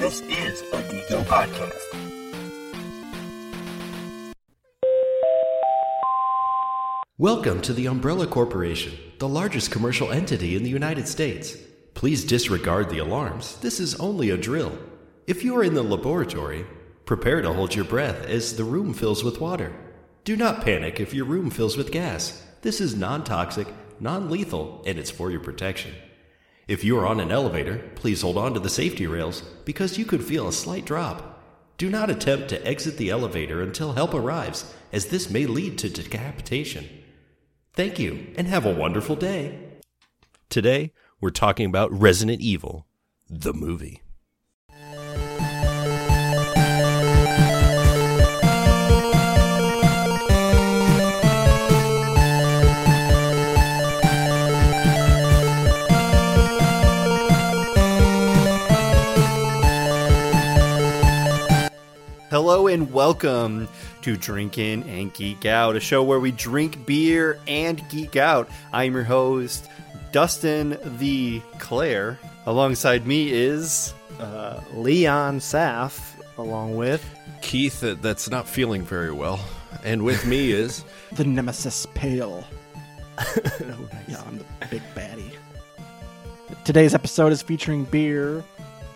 This is a Deco podcast. Welcome to the Umbrella Corporation, the largest commercial entity in the United States. Please disregard the alarms. This is only a drill. If you are in the laboratory, prepare to hold your breath as the room fills with water. Do not panic if your room fills with gas. This is non toxic, non lethal, and it's for your protection. If you are on an elevator, please hold on to the safety rails because you could feel a slight drop. Do not attempt to exit the elevator until help arrives, as this may lead to decapitation. Thank you, and have a wonderful day. Today, we're talking about Resident Evil, the movie. Hello and welcome to Drink In and Geek Out, a show where we drink beer and geek out. I'm your host, Dustin the Claire. Alongside me is Uh, Leon Saf, along with Keith uh, that's not feeling very well. And with me is the Nemesis Pale. Oh, yeah, I'm the big baddie. Today's episode is featuring beer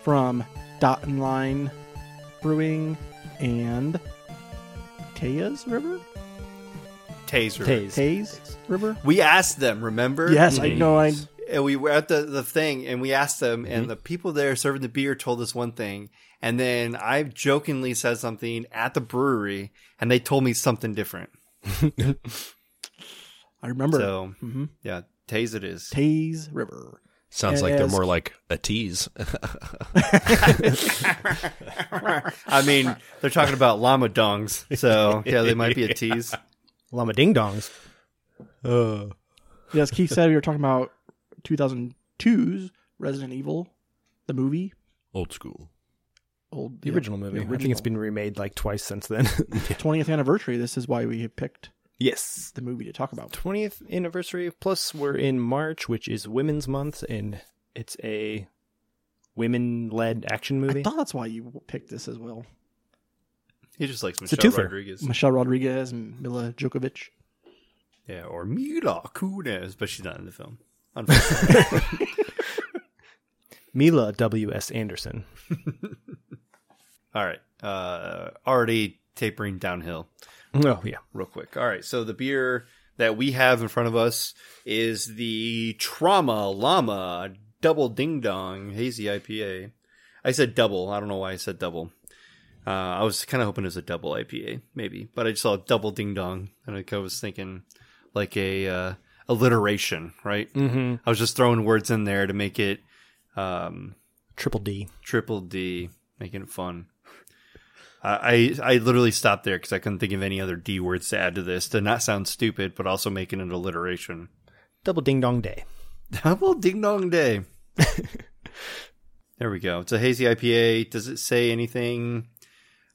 from Dot and Line Brewing and Taya's River. Taser. Tays River. We asked them, remember? Yes, I know. I And we were at the, the thing and we asked them, and the people there serving the beer told us one thing. And then I jokingly said something at the brewery, and they told me something different. I remember. So, Mm-hmm. Mhm. yeah, Taze it is. Tays River. sounds And like they're as- more like a tease. I mean, they're talking about llama dongs, so yeah, they might be a tease. Llama Ding Dongs. Yes, Keith said we were talking about 2002's Resident Evil, the movie. Old school. Old, The yeah, original movie. the I think it's original. been remade like twice since then. 20th anniversary. This is why we have picked yes. the movie to talk about. 20th anniversary. Plus, we're in March, which is Women's Month, and it's a women led action I movie. thought that's why you picked this as well. He just likes a Michelle twofer. Rodriguez. Michelle Rodriguez and Mila Djokovic. Yeah, or Mila Kunis, but she's not in the film. Unfortunately. Mila W.S. Anderson. All right, uh, already tapering downhill Oh, yeah. real quick. All right, so the beer that we have in front of us is the Trauma Llama Double Ding Dong Hazy IPA. I said double. I don't know why I said double. Uh, I was kind of hoping it was a double IPA, maybe, but I just saw double ding dong, and I was thinking like a uh, alliteration, right? Mm-hmm. I was just throwing words in there to make it um, Triple D. triple D, making it fun. I I I literally stopped there because I couldn't think of any other D words to add to this to not sound stupid, but also making an alliteration. Double Ding Dong Day. Double ding dong day. there we go. It's a hazy IPA. Does it say anything?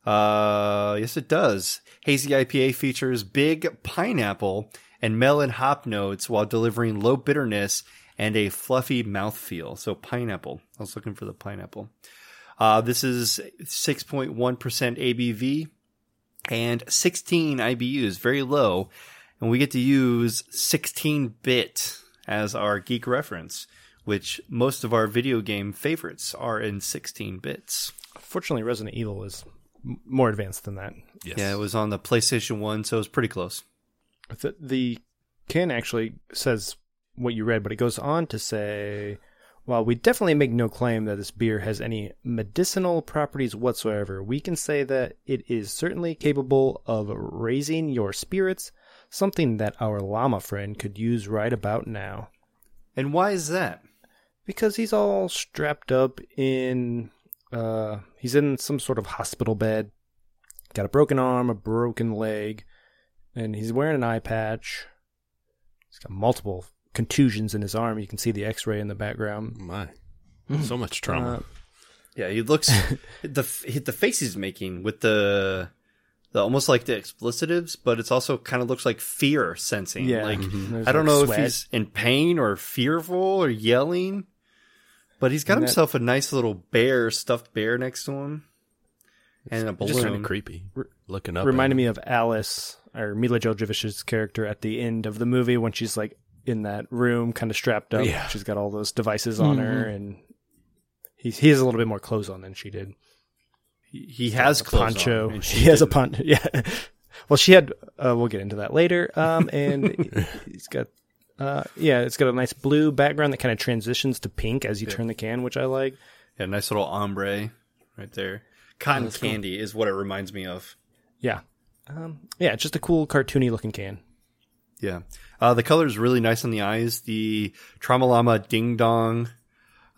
Uh, yes, it does. Hazy IPA features big pineapple and melon hop notes while delivering low bitterness and a fluffy mouthfeel. So pineapple. I was looking for the pineapple. Uh, this is 6.1% ABV and 16 IBUs, very low. And we get to use 16 bit as our geek reference, which most of our video game favorites are in 16 bits. Fortunately, Resident Evil is m- more advanced than that. Yes. Yeah, it was on the PlayStation 1, so it was pretty close. The, the can actually says what you read, but it goes on to say, while we definitely make no claim that this beer has any medicinal properties whatsoever, we can say that it is certainly capable of raising your spirits, something that our llama friend could use right about now. And why is that? Because he's all strapped up in, uh, he's in some sort of hospital bed, got a broken arm, a broken leg, and he's wearing an eye patch. He's got multiple contusions in his arm. You can see the X-ray in the background. My. Hmm. So much trauma. Uh, Yeah, he looks the f- the face he's making with the the almost like the explicitives, but it's also kind of looks like fear sensing. Yeah. like Mhm. There's I don't like know sweat. if he's in pain or fearful or yelling. But he's got And that- himself a nice little bear, stuffed bear next to him, and a It's Just kind of balloon. creepy. Looking up. Reminded me of Alice or Mila Jojovich's character at the end of the movie when she's like in that room, kind of strapped up. Yeah. She's got all those devices on her, and he he has a little bit more clothes on than she did. he he has clothes on, poncho. and He has a didn't. poncho. Yeah. Well, she had. Uh, we'll get into that later. Um, and it's got. Uh, yeah, it's got a nice blue background that kind of transitions to pink as you turn the can, which I like. Yeah, nice little ombre right there. Cotton candy is what it reminds me of. Yeah. Um, yeah, it's just a cool cartoony looking can. Yeah. Uh, the color is really nice on the eyes. The Tramalama Ding Dong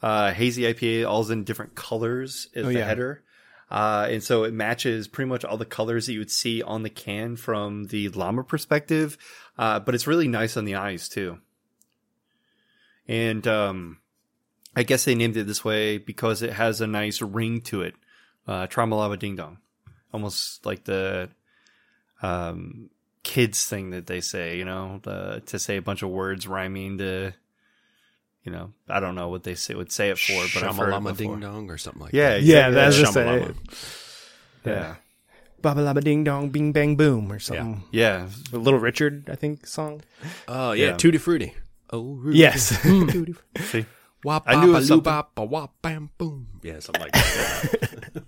uh, Hazy IPA, all's in different colors, is the yeah. header. Uh, and so it matches pretty much all the colors that you would see on the can from the llama perspective. Uh, but it's really nice on the eyes, too. And um, I guess they named it this way because it has a nice ring to it. Uh, Tramalama Ding Dong. Almost like the um, kids thing that they say, you know, the, to say a bunch of words rhyming to, you know, I don't know what they say, would say it for, but I've heard it Shamalama before. Ding Dong or something like Yeah, that. Yeah, that's just Shamalama. Yeah, Baba laba ding dong, bing bang boom, or something. yeah, The Little Richard, I think, song. Oh, yeah. Yeah. Tutti Frutti. Oh, Rudy. Yes. See, Wop, I knew it was bop, something. bop, wop, bam, boom. Yeah, something like that.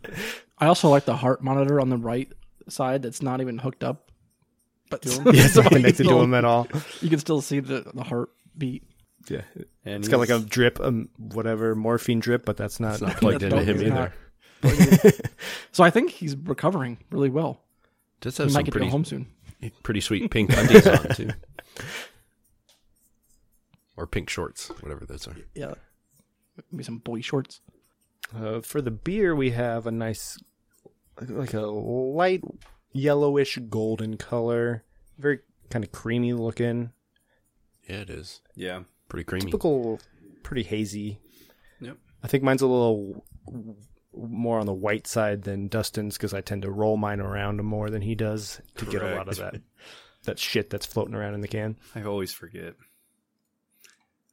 I also like the heart monitor on the right side that's not even hooked up. But yeah, it's not connected to him at all. You can still see the, the heartbeat. Yeah. and It's got like a he's- drip, um, whatever, morphine drip, but that's not. It's not plugged That into dog him is either. not- So I think he's recovering really well. Does He have might some get to go pretty, home soon. pretty sweet pink undies on, too. Or pink shorts, whatever those are. Yeah. Maybe some boy shorts. Uh, for the beer, we have a nice, like a light yellowish golden color, very kind of creamy looking. Yeah, it is. yeah, Pretty creamy. Typical, pretty hazy. Yep. I think mine's a little w- more on the white side than Dustin's because I tend to roll mine around more than he does to get a lot of Correct. that that shit that's floating around in the can. I always forget.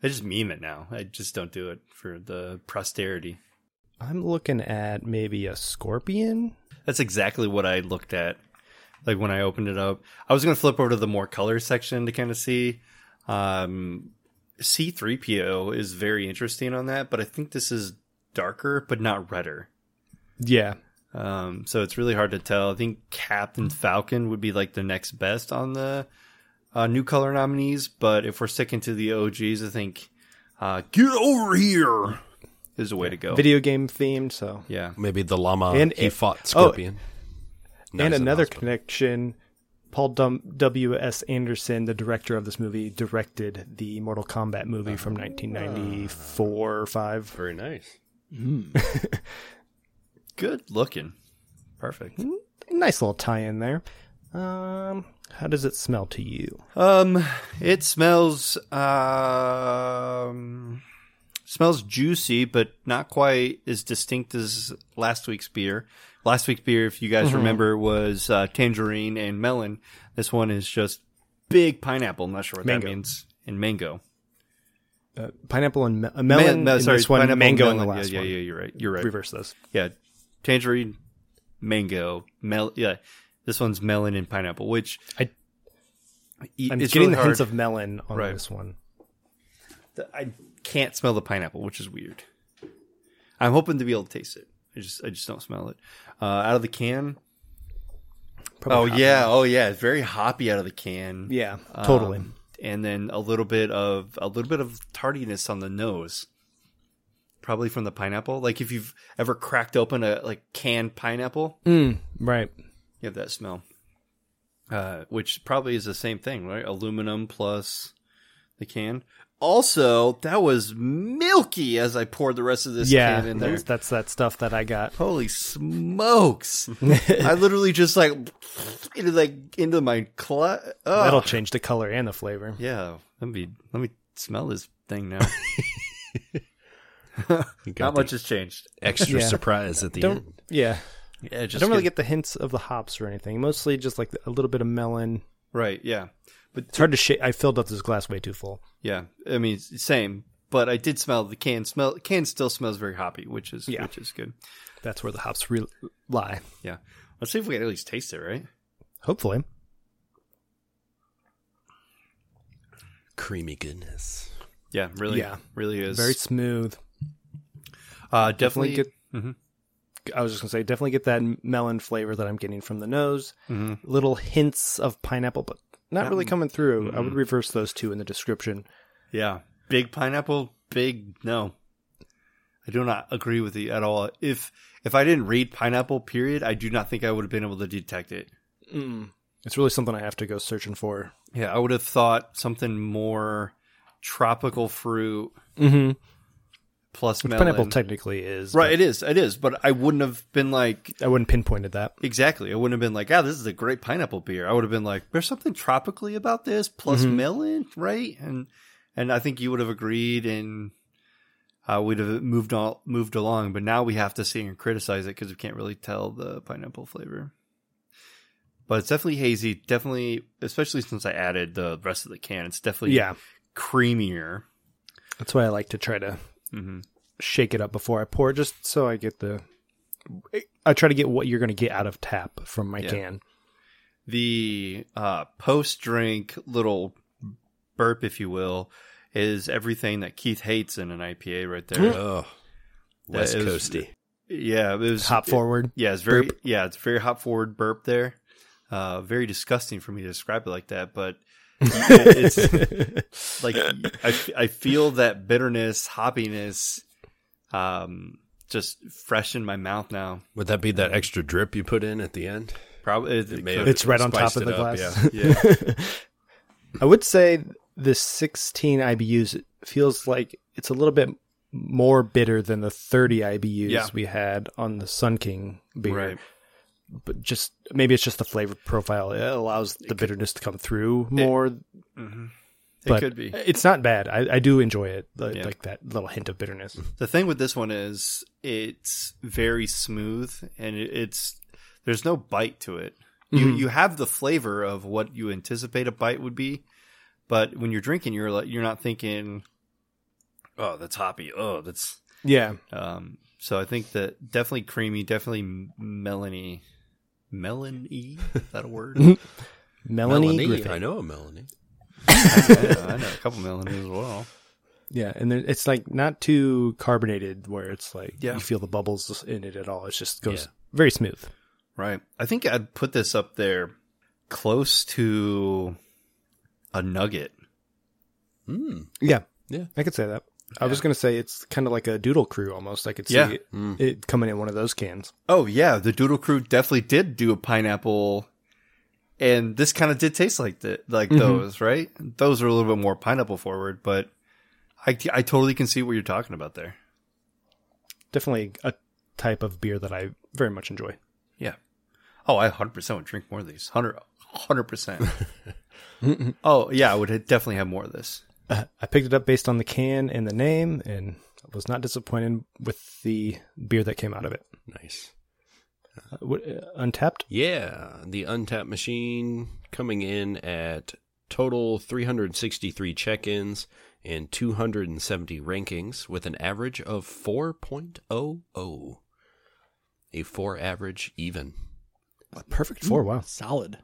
I just meme it now. I just don't do it for the posterity. I'm looking at maybe a scorpion. That's exactly what I looked at. Like when I opened it up, I was going to flip over to the more color section to kind of see. Um, C3PO is very interesting on that, but I think this is darker, but not redder. Yeah, Um, so it's really hard to tell. I think Captain Falcon would be like the next best on the uh, new color nominees, but if we're sticking to the OGs, I think uh, Get Over Here is the way to go. video game themed. So yeah. Maybe the llama And he it- fought oh, scorpion. Not and as an another hospital. connection paul Dum- w.s anderson the director of this movie directed the mortal kombat movie from Ah. 1994 or 5 Very nice. Good looking. Perfect. nice little tie-in there um how does it smell to you Um, it smells um smells juicy, but not quite as distinct as last week's beer. Last week's beer, if you guys Mm-hmm. remember, was uh, tangerine and melon. This one is just big pineapple. I'm not sure what Mango. that means. And mango, uh, pineapple and me- a Mel- melon no, in this one pineapple and mango in the melon. last yeah, one Yeah, yeah, you're right. You're right. reverse those Yeah, tangerine, mango, mel. Yeah, this one's melon and pineapple, which I- i'm it's getting really the hints hard. of melon on Right. Oh, this one I can't smell the pineapple, which is weird. I'm hoping to be able to taste it. I just I just don't smell it. Uh, out of the can. oh Probably hop- yeah, oh yeah, it's very hoppy out of the can. yeah Um, totally And then a little bit of a little bit of tardiness on the nose. Probably from the pineapple. Like if you've ever cracked open a like canned pineapple, right you have that smell. Uh, which probably is the same thing, right? Aluminum plus the can. Also, that was milky as I poured the rest of this yeah can in there. that's, that's that stuff that i got Holy smokes! I literally just like into like into my cl- oh. that'll change the color and the flavor yeah. Let me let me smell this thing now. You got Not the much has changed. extra Yeah. surprise at the end. don't yeah Yeah, I don't really get the hints of the hops or anything. Mostly just like a little bit of melon. right. Yeah, but It's hard to shake. I filled up this glass way too full. Yeah, I mean, it's the same. but I did smell the can. Smell can still smells very hoppy, which is Yeah. which is good. That's where the hops re- lie. Yeah, let's see if we can at least taste it, right? Hopefully. Creamy goodness. Yeah, really. Yeah. really is Very smooth. uh, definitely. get- Mhm. I was just gonna say, definitely get that melon flavor that I'm getting from the nose. Mhm. Little hints of pineapple, but not really Mm. coming through. I Mm-hmm. would reverse those two in the description. Yeah, big pineapple, big no. I do not agree with you at all. If if I didn't read pineapple, period, I do not think I would have been able to detect it. It's really something I have to go searching for. Yeah, I would have thought something more tropical fruit Mm-hmm. plus melon. Pineapple technically is right, it is, it is, but I wouldn't have been like but I wouldn't pinpoint it that. exactly. I wouldn't have been like, ah, this is a great pineapple beer. I would have been like, there's something tropically about this plus melon, right? And and I think you would have agreed, and uh, we'd have moved on, moved along. But now we have to see and criticize it because we can't really tell the pineapple flavor. But it's definitely hazy, definitely, especially since I added the rest of the can. It's definitely Yeah, creamier. that's why I like to try to Mhm. shake it up before I pour, just so I get the. I try to get what you're going to get out of tap from my Yeah. can. the uh, post drink little burp, if you will, is everything that Keith hates in an IPA right there. Mm. Oh, That West is- Coasty. yeah, it was Hop forward. yeah, it's very yeah, it's very hop forward burp there. Uh, very disgusting for me to describe it like that, but it's like I, I feel that bitterness, hoppiness, um, just fresh in my mouth now. Would that be that extra drip you put in at the end? Probably It may have It's right on top spiced of it the up, glass. yeah. I would say the 16 IBUs feels like it's a little bit more bitter than the 30 IBUs Yeah. we had on the Sun King beer. right. But just maybe it's just the flavor profile. It allows the bitterness to come through more. Mm-hmm. It but could be. It's not bad. I, I do enjoy it, like, Yeah. like that little hint of bitterness. The thing with this one is it's very smooth and it- it's there's no bite to it. You you have the flavor of what you anticipate a bite would be, but when you're drinking, you're like you're not thinking, oh, that's hoppy. Oh, that's Yeah. um. So I think that definitely creamy, definitely m- melony, melony. Is that a word? Uh, Melanie, Melanie, Griffin. I know a Melanie. yeah, I know a couple melonies as well. Yeah, and then it's like not too carbonated where it's like Yeah. you feel the bubbles in it at all. It just goes very smooth. Right. I think I'd put this up there close to a nugget. Yeah. Yeah. I could say that. I was going to say it's kind of like a doodle crew almost. I could see Yeah. it, it coming in one of those cans. Oh yeah, the Doodle Crew definitely did do a pineapple, and this kind of did taste like the like those, right? Those are a little bit more pineapple forward, but I I totally can see what you're talking about there. Definitely a type of beer that I very much enjoy. Yeah. Oh, I 100% would drink more of these. 100 percent. oh yeah, I would definitely have more of this. Uh, I picked it up based on the can and the name and was not disappointed with the beer that came out of it. Nice. Uh, what, uh, untapped? Yeah, the Untap machine coming in at total 363 check-ins and 270 rankings with an average of 4.00. oh. A 4 average even. Perfect Oh, four. Wow. Solid.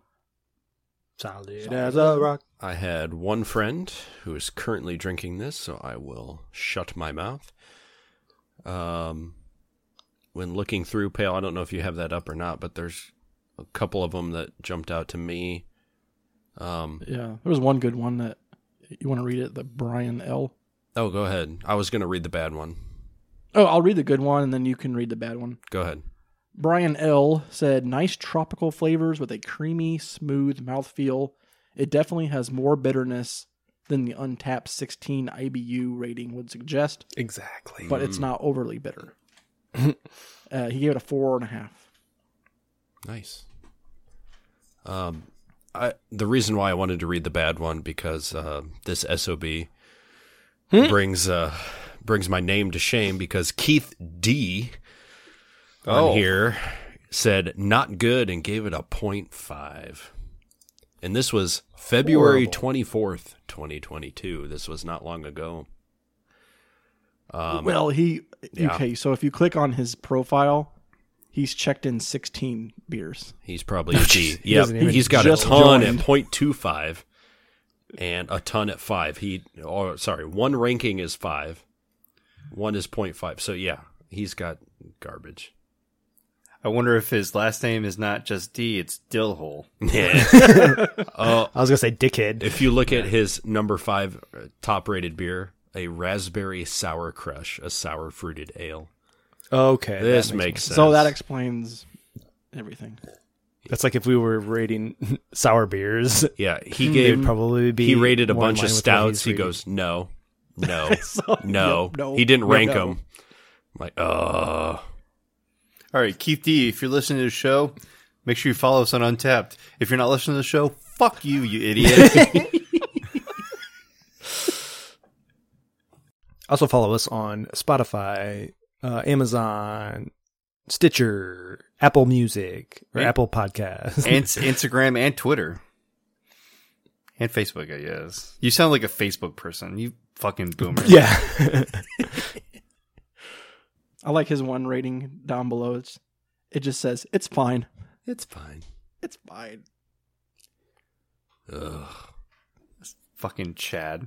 Solid as a rock. I had one friend who is currently drinking this, so I will shut my mouth. Um, when looking through Pale, I don't know if you have that up or not, but there's a couple of them that jumped out to me. Um, Yeah. There was one good one that you want to read it, the Brian L. oh, go ahead. I was going to read the bad one. Oh, I'll read the good one and then you can read the bad one. Go ahead. Brian L said, "Nice tropical flavors with a creamy, smooth mouthfeel. It definitely has more bitterness than the untapped 16 IBU rating would suggest, Exactly. but Mm-hmm. it's not overly bitter." uh, he gave it a four and a half. Nice. Um, I the reason why I wanted to read the bad one because uh, this sob brings uh brings my name to shame because Keith D on Oh. here said not good and gave it a point five, and this was February twenty fourth, twenty twenty two. This was not long ago. Um, well, he yeah. okay. So if you click on his profile, he's checked in 16 beers. He's probably a G. He yep. doesn't even- He's got a Just ton joined. at 0.25 and a ton at 5. He or sorry, one ranking is 5. One is 0.5. So yeah, he's got garbage. I wonder if his last name is not just D, it's Dillhole. Yeah. I was gonna say dickhead. if you look at his number 5 top rated beer, a raspberry sour crush, a sour fruited ale. Okay, This that makes, makes- sense. So that explains everything. that's like if we were rating sour beers, Yeah, he they would gave probably be. he rated a more in bunch of line with what he's stouts. He rating. goes, no, no, So, no. yep, no, He didn't yep, rank no. them. I'm like, uh, All right, Keith D, if you're listening to the show, make sure you follow us on Untapped. If you're not listening to the show, fuck you, you idiot. Also follow us on Spotify, uh, Amazon, Stitcher, Apple Music, or And- Apple Podcasts. and Instagram and Twitter. And Facebook, I guess. You sound like a Facebook person. You fucking boomer. yeah, I like his one rating down below. It's, it just says it's fine. it's fine. It's fine. Ugh. Fucking Chad.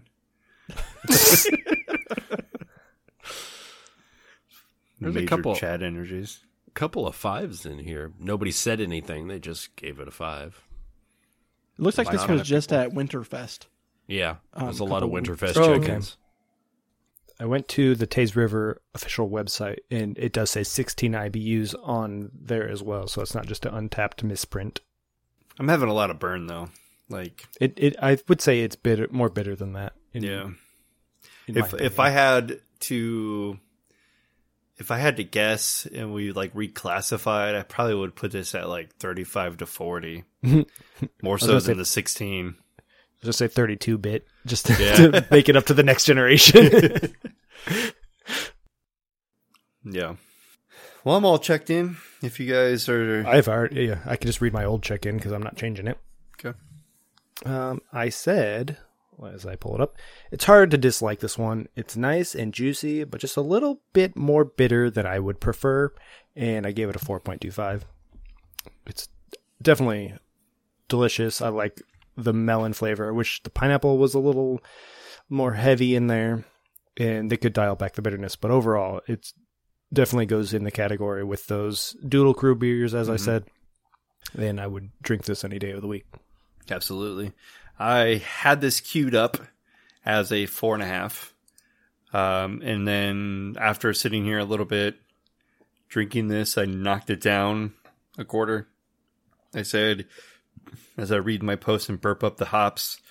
There's a Major couple- Chad energies. Couple of fives in here. Nobody said anything. They just gave it a five. It looks like Why this not? was just at Winterfest. Yeah, Um, there's a lot of couple weeks- Winterfest Oh, okay. chickens. I went to the Taze River official website, and it does say 16 IBUs on there as well. So it's not just an untapped misprint. I'm having a lot of burn though. Like It, it I would say it's bitter, more bitter than that. in- in my if if opinion. I had to if I had to guess and we like reclassified, I probably would put this at like 35 to 40. More so gonna than say- the 16. just say 32 bit, just to, Yeah. to make it up to the next generation. Yeah. Well, I'm all checked in. If you guys are I've already, yeah, I can just read my old check in because I'm not changing it. Okay. Um, I said, well, as I pull it up, it's hard to dislike this one. It's nice and juicy, but just a little bit more bitter than I would prefer. And I gave it a 4.25. It's definitely delicious. I like the melon flavor. I wish the pineapple was a little more heavy in there and they could dial back the bitterness. But overall, it's definitely goes in the category with those Doodle Crew beers, as I said. Then I would drink this any day of the week. Absolutely. I had this queued up as a four and a half. Um, and then after sitting here a little bit, drinking this, I knocked it down a quarter. I said, as I read my post and burp up the hops,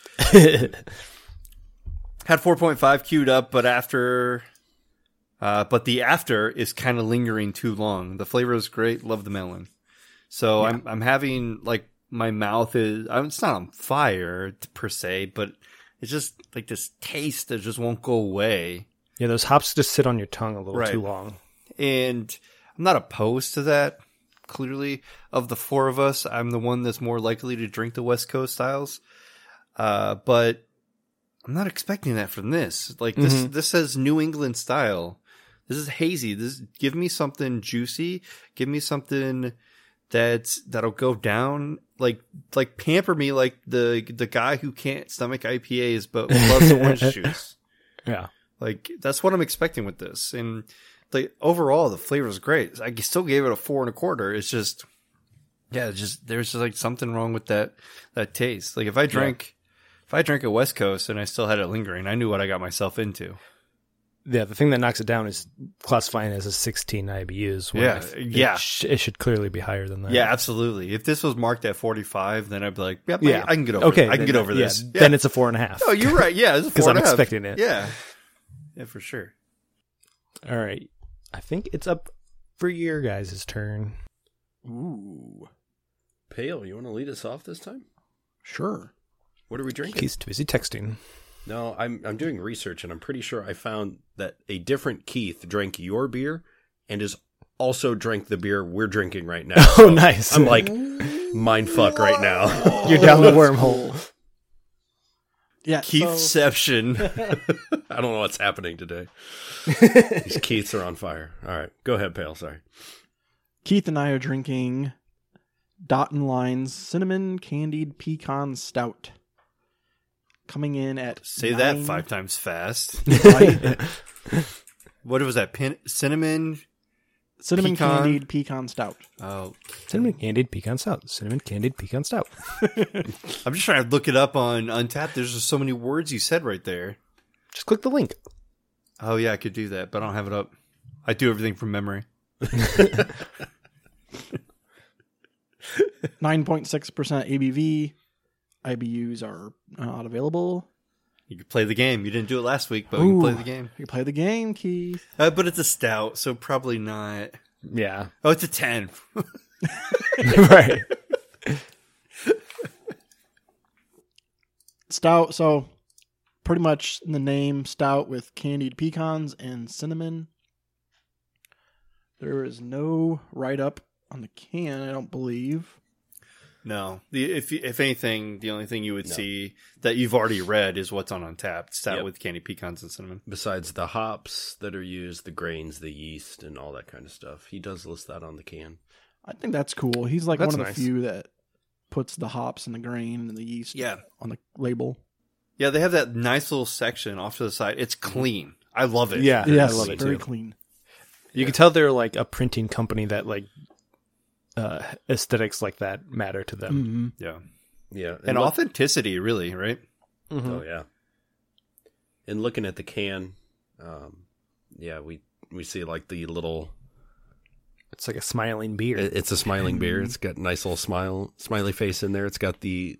had 4.5 queued up, but after, uh, but the after is kind of lingering too long. The flavor is great. Love the melon. So I'm, I'm having like my mouth is, I'm, it's not on fire per se, but it's just like this taste that just won't go away. Yeah, those hops just sit on your tongue a little Right. too long. and I'm not opposed to that. Clearly, of the four of us, I'm the one that's more likely to drink the West Coast styles. Uh, but I'm not expecting that from this. Like this, this says New England style. This is hazy. This give me something juicy. Give me something that's that'll go down. Like like pamper me like the the guy who can't stomach IPAs but loves orange juice. Yeah. Like that's what I'm expecting with this. And the overall, the flavor is great. I still gave it a four and a quarter. It's just, yeah, it's just there's just like something wrong with that that taste. Like if I drank, if I drank a West Coast and I still had it lingering, I knew what I got myself into. Yeah, the thing that knocks it down is classifying as a 16 IBUs. when Yeah, I th- yeah. It, sh- it should clearly be higher than that. Yeah, absolutely. If this was marked at 45, then I'd be like, yep, Yeah. I, I can get over. Okay, I can then- get over yeah, this. Then it's a four and a half. Oh, you're right. Yeah, Because I'm expecting it. Yeah, yeah, for sure. All right. I think it's up for your guys' turn. Ooh, Pale, you want to lead us off this time? sure. What are we drinking? He's too busy texting. No, I'm I'm doing research and I'm pretty sure I found that a different Keith drank your beer and is also drank the beer we're drinking right now. Oh, nice. I'm like mind fuck right now. you're down the wormhole. Yeah. so- Keithception. I don't know what's happening today. These Keiths are on fire. All right, go ahead, Pale. Sorry. Keith and I are drinking Dot and Lines Cinnamon Candied Pecan Stout. Coming in at Say that nine- five times fast. Right. what was that? Pin- cinnamon? Cinnamon Pecan. Candied Pecan Stout. Oh, Cinnamon candied pecan stout. Cinnamon candied pecan stout. I'm just trying to look it up on Untapped. There's just so many words you said right there. Just click the link. Oh yeah, I could do that, but I don't have it up. I do everything from memory. Nine point six percent ABV. IBUs are not available. You could play the game. You didn't do it last week, but Ooh. you can play the game. You play the game, Keith. Uh, but it's a stout, so probably not. Yeah. Oh, it's a ten. right. Stout. So, pretty much in the name, stout with candied pecans and cinnamon. There is no write up on the can, I don't believe. No, the, if you- if anything, the only thing you would see that you've already read is what's on Untapped. Stout Yep. with candy pecans and cinnamon. Besides the hops that are used, the grains, the yeast, and all that kind of stuff, he does list that on the can. I think that's cool. He's like That's one of nice. the few that puts the hops and the grain and the yeast Yeah. on the label. Yeah, they have that nice little section off to the side. It's clean. I love it. Yeah. yes, I love it very too. clean. You can tell they're like a printing company that like uh aesthetics like that matter to them. hmm yeah, Yeah, and look- authenticity, really, right? Mm-hmm. Oh yeah. And looking at the can, um, yeah, we we see like the little. It's like a smiling beer. it- It's a smiling beer. It's got a nice little smile, smiley face in there. It's got the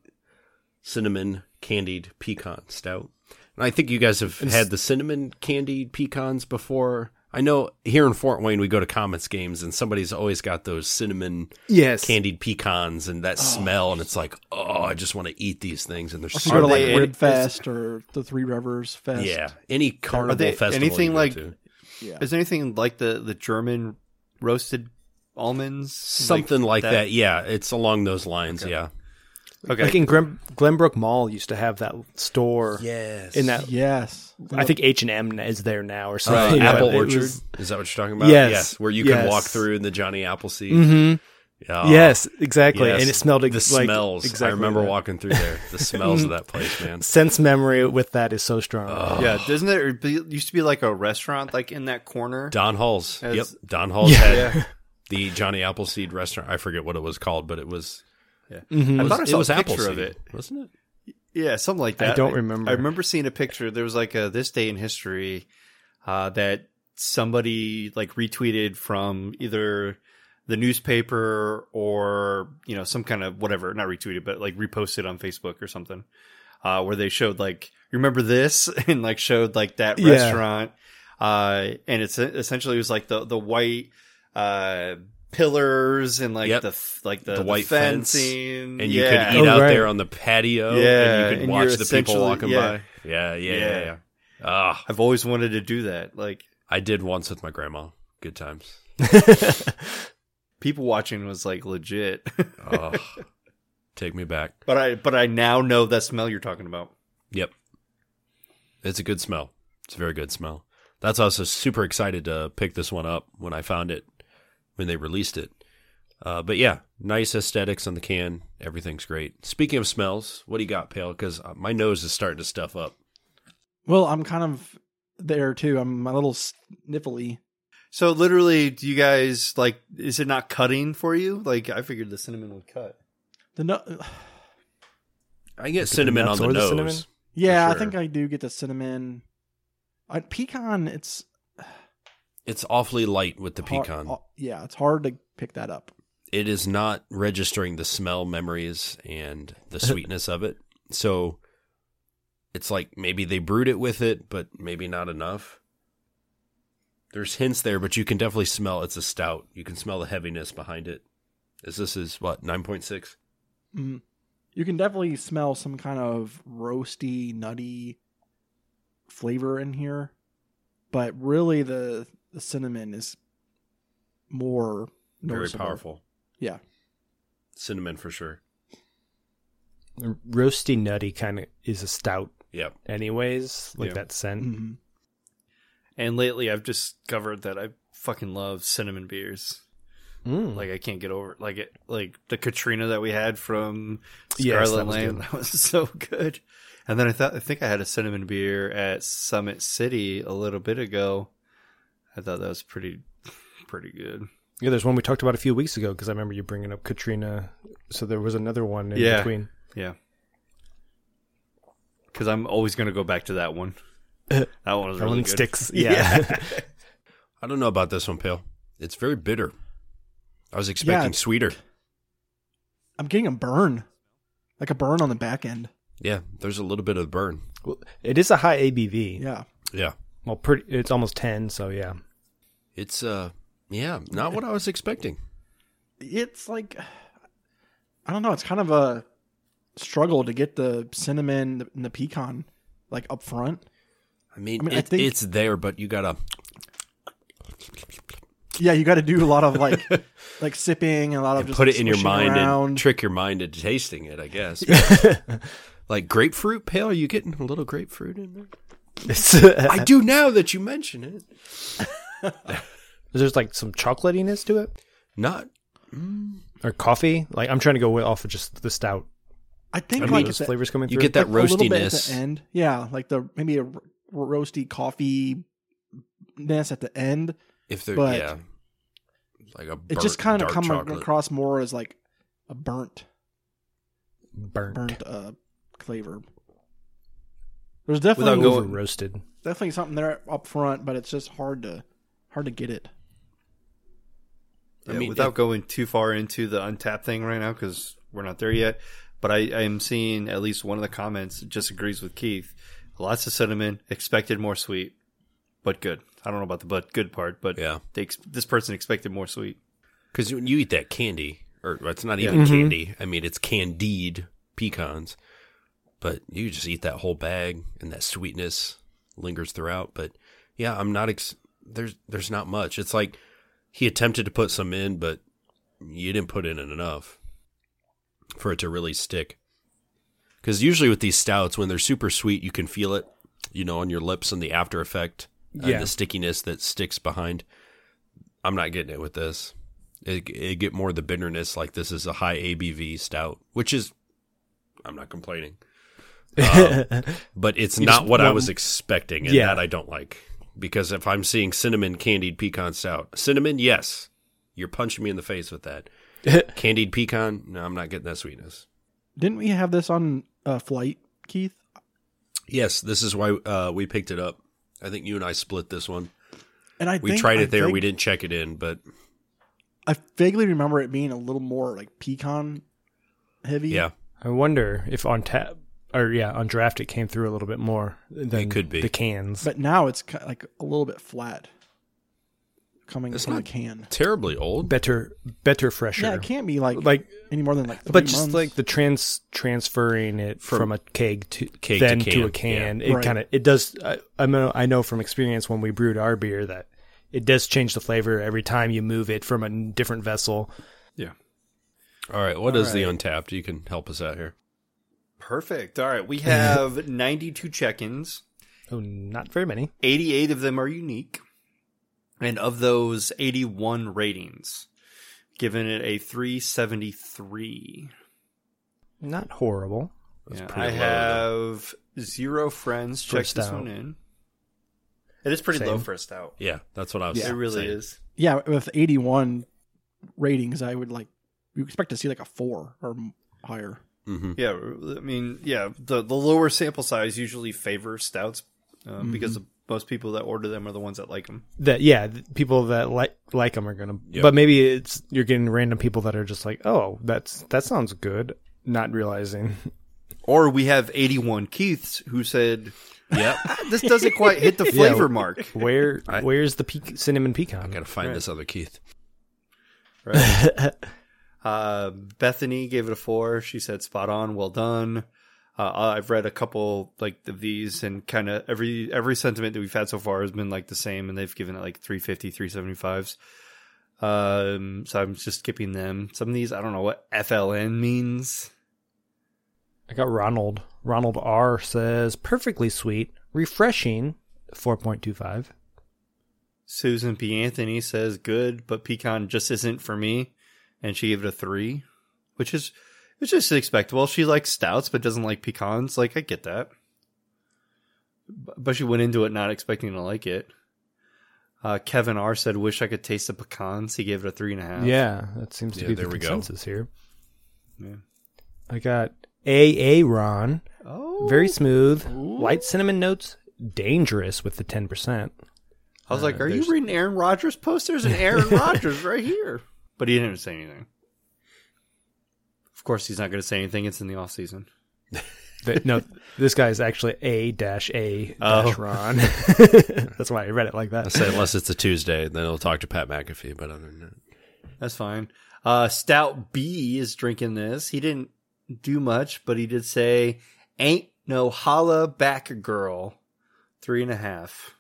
cinnamon candied pecan stout. And I think you guys have had the cinnamon candied pecans before. I know here in Fort Wayne we go to Comets games and somebody's always got those cinnamon yes. candied pecans and that smell and it's like oh I just want to eat these things and they're If you so go to they- like it- Rib Fest or the Three Rivers Fest. yeah any carnival they- festival anything you go like- to. Yeah. Is there anything like the the German roasted almonds? something like, that. Yeah, it's along those lines. Yeah. Okay. Like in Glen- Glenbrook Mall used to have that store. Yes. In that, Yes. I think H and M is there now or Uh, something. but apple it orchard was- is that what you're talking about? Yes. where you can Yes. walk through in the Johnny Appleseed. Mhm. Yeah. yes, exactly. Oh. Yes. And it smelled the ex- like smells. Exactly I remember that. walking through there. The smells of that place, man. Sense memory with that is so strong. Yeah, doesn't there be, used to be like a restaurant like in that corner? Don Hall's. As- yep. Don Hall's Yeah. had the Johnny Appleseed restaurant. I forget what it was called, but it was Mhm. I it thought I was, saw it was a picture Appleseed, of it. wasn't it? Yeah, something like I that. don't remember. I remember seeing a picture. There was like a this day in history uh, that somebody like retweeted from either the newspaper or you know some kind of whatever, not retweeted, but like reposted on Facebook or something, uh, where they showed like remember this and like showed like that Yeah. restaurant, uh, and it's essentially it was like the the white. Uh, pillars and like Yep. the f- like the, The the white fence. fencing And you Yeah. could eat Oh, out right. there on the patio. Yeah, And you could and watch you're the people essentially- walking yeah. by. Yeah. Yeah. Yeah. Yeah. yeah. Ah, I've always wanted to do that. Like I did once with my grandma. Good times. people watching was like legit. Oh, take me back. but I but I now know that smell you're talking about. Yep. It's a good smell. It's a very good smell. That's why I was so super excited to pick this one up when I found it, when they released it. Uh, but yeah, nice aesthetics on the can. Everything's great. Speaking of smells, what do you got, Pale? Because my nose is starting to stuff up. Well, I'm kind of there too. I'm a little sniffly. So literally, do you guys like? Is it not cutting for you? Like I figured the cinnamon would cut. The no- I get cinnamon on nuts the or the nose. cinnamon? yeah, sure. I think I do get the cinnamon. I, pecan, it's It's awfully light with the har- pecan. uh, yeah, it's hard to pick that up. it is not registering the smell memories and the sweetness of it. So it's like maybe they brewed it with it, but maybe not enough. There's hints there, but you can definitely smell it's a stout. You can smell the heaviness behind it. As this is what, 9.6? Mm. You can definitely smell some kind of roasty, nutty flavor in here, but really the the cinnamon is more Very noticeable. powerful. Yeah. Cinnamon for sure. roasty nutty kind of is a stout Yep. anyways, like Yeah. that scent. hmm And lately, I've discovered that I fucking love cinnamon beers. Mm. Like I can't get over it. like it, like the Katrina that we had from Yes, Scarlet that was Lane. good. That was so good. And then I thought I think I had a cinnamon beer at Summit City a little bit ago. I thought that was pretty pretty good. yeah, there's one we talked about a few weeks ago because I remember you bringing up Katrina. So there was another one in Yeah. between. Yeah. Cuz I'm always going to go back to that one. That one was That really one good. sticks. Yeah. I don't know about this one, Pale. It's very bitter. I was expecting it's- sweeter. I'm getting a burn, like a burn on the back end. Yeah, there's a little bit of burn. Well, it is a high ABV. Yeah, Yeah. Well, pretty. It's almost ten. So yeah. It's uh yeah, not what I was expecting. it's like I don't know. It's kind of a struggle to get the cinnamon and the pecan like up front. I mean, I mean, I it, think- it's there, but you gotta Yeah, you got to do a lot of like like sipping and a lot of just put it in your swishing mind around. and trick your mind into tasting it, I guess. like grapefruit, Pale, are you getting a little grapefruit in there? uh, I do now that you mention it. there's like some chocolatiness to it Not or coffee. Like I'm trying to go with, off of just the stout. I think I mean, like those it's a- flavors coming you through. get that like, a little bit at the roastiness. end. Yeah, like the maybe a ro- roasty coffee ness at the end. if they're But yeah, like a It burnt just kind of dark come chocolate. across more as like a burnt burnt, burnt uh, flavor. There's definitely Without over going- roasted. definitely something there up front, but it's just hard to hard to get it. I mean, mean, without if- going too far into the untapped thing right now, because we're not there yet, but I, I am seeing at least one of the comments just agrees with Keith. Lots of cinnamon, expected more sweet, but good. I don't know about the but good part, but Yeah. they ex- this person expected more sweet. Because when you eat that candy, or well, it's not even candy. I mean, it's candied pecans, but you just eat that whole bag, and that sweetness lingers throughout. But yeah, I'm not. Ex- there's there's not much. It's like he attempted to put some in, but you didn't put in enough for it to really stick. Because usually with these stouts, when they're super sweet, you can feel it, you know, on your lips and the after effect Yeah. and the stickiness that sticks behind. I'm not getting it with this. It, it get more of the bitterness. Like this is a high ABV stout, which is I'm not complaining, Um, but it's You not just what I want- was expecting, and Yeah. that I don't like. Because if I'm seeing cinnamon candied pecan stout, cinnamon, yes, you're punching me in the face with that. candied pecan, no, I'm not getting that sweetness. Didn't we have this on uh, flight, Keith? Yes, this is why uh, we picked it up. I think you and I split this one. And I We think- tried I it there. We think- didn't check it in, but I vaguely remember it being a little more like pecan heavy. yeah, I wonder if on tap or yeah on draft it came through a little bit more than It could be. the cans. But now it's ki- like a little bit flat coming It's from not the can. terribly old. better, better, fresher. Yeah, it can't be like, like any more than like three but just months. like the trans transferring it from, From a keg to keg to then to, can, a can, it Right. kind of it does. I, I know I know from experience when we brewed our beer that it does change the flavor every time you move it from a n- different vessel. All right, what is the right. untapped? You can help us out here. Perfect. All right. We have 92 check ins, Oh, not very many. 88 of them are unique. And of those, 81 ratings, giving it a 373. Not horrible. That's Yeah, pretty I low, have zero friends check First this out. one in. It is pretty Same. low first out. Yeah, that's what I was. it really saying. is. yeah, with 81 ratings, I would like you expect to see like a four or m- higher. Mhm. Yeah, I mean, yeah, the the lower sample size usually favors stouts uh, Mm-hmm. because the, most people that order them are the ones that like them. That yeah, th- people that like like them are gonna. Yeah. But maybe it's you're getting random people that are just like, oh, that's that sounds good. Not realizing Or we have 81 Keiths who said Yep. this doesn't quite hit the flavor mark. where I- where's the pe- cinnamon pecan. I gotta find this other Keith. Right. uh, Bethany gave it a four. She said, "Spot on, well done." Uh, I've read a couple like of these, and kind of every every sentiment that we've had so far has been like the same, and they've given it like 350, 375s. Um, so I'm just skipping them. Some of these I don't know what FLN means. I got Ronald Ronald R says perfectly sweet, refreshing, 4.25. Susan P. Anthony says good, but pecan just isn't for me, and she gave it a three, which is it's just expectable. She likes stouts but doesn't like pecans. Like I get that, B- but she went into it not expecting to like it. Uh, Kevin R. said, "Wish I could taste the pecans." He gave it a three and a half. Yeah, that seems to Yeah, be there the we go. consensus here. Yeah. I got AA Ron, Oh, very smooth, light cinnamon notes, dangerous with the 10%. I was like, Uh, "Are you there's- reading Aaron Rodgers posters?" And Aaron Rodgers right here, but he didn't say anything. Of course, he's not going to say anything. It's in the off season. Th- no, this guy is actually A dash A Oh. dash Ron. That's why I read it like I that. say unless it's a Tuesday, then he'll talk to Pat McAfee. But other than that, That's fine. Uh, Stout B is drinking this. He didn't do much, but he did say, "Ain't no holla back girl." Three and a half.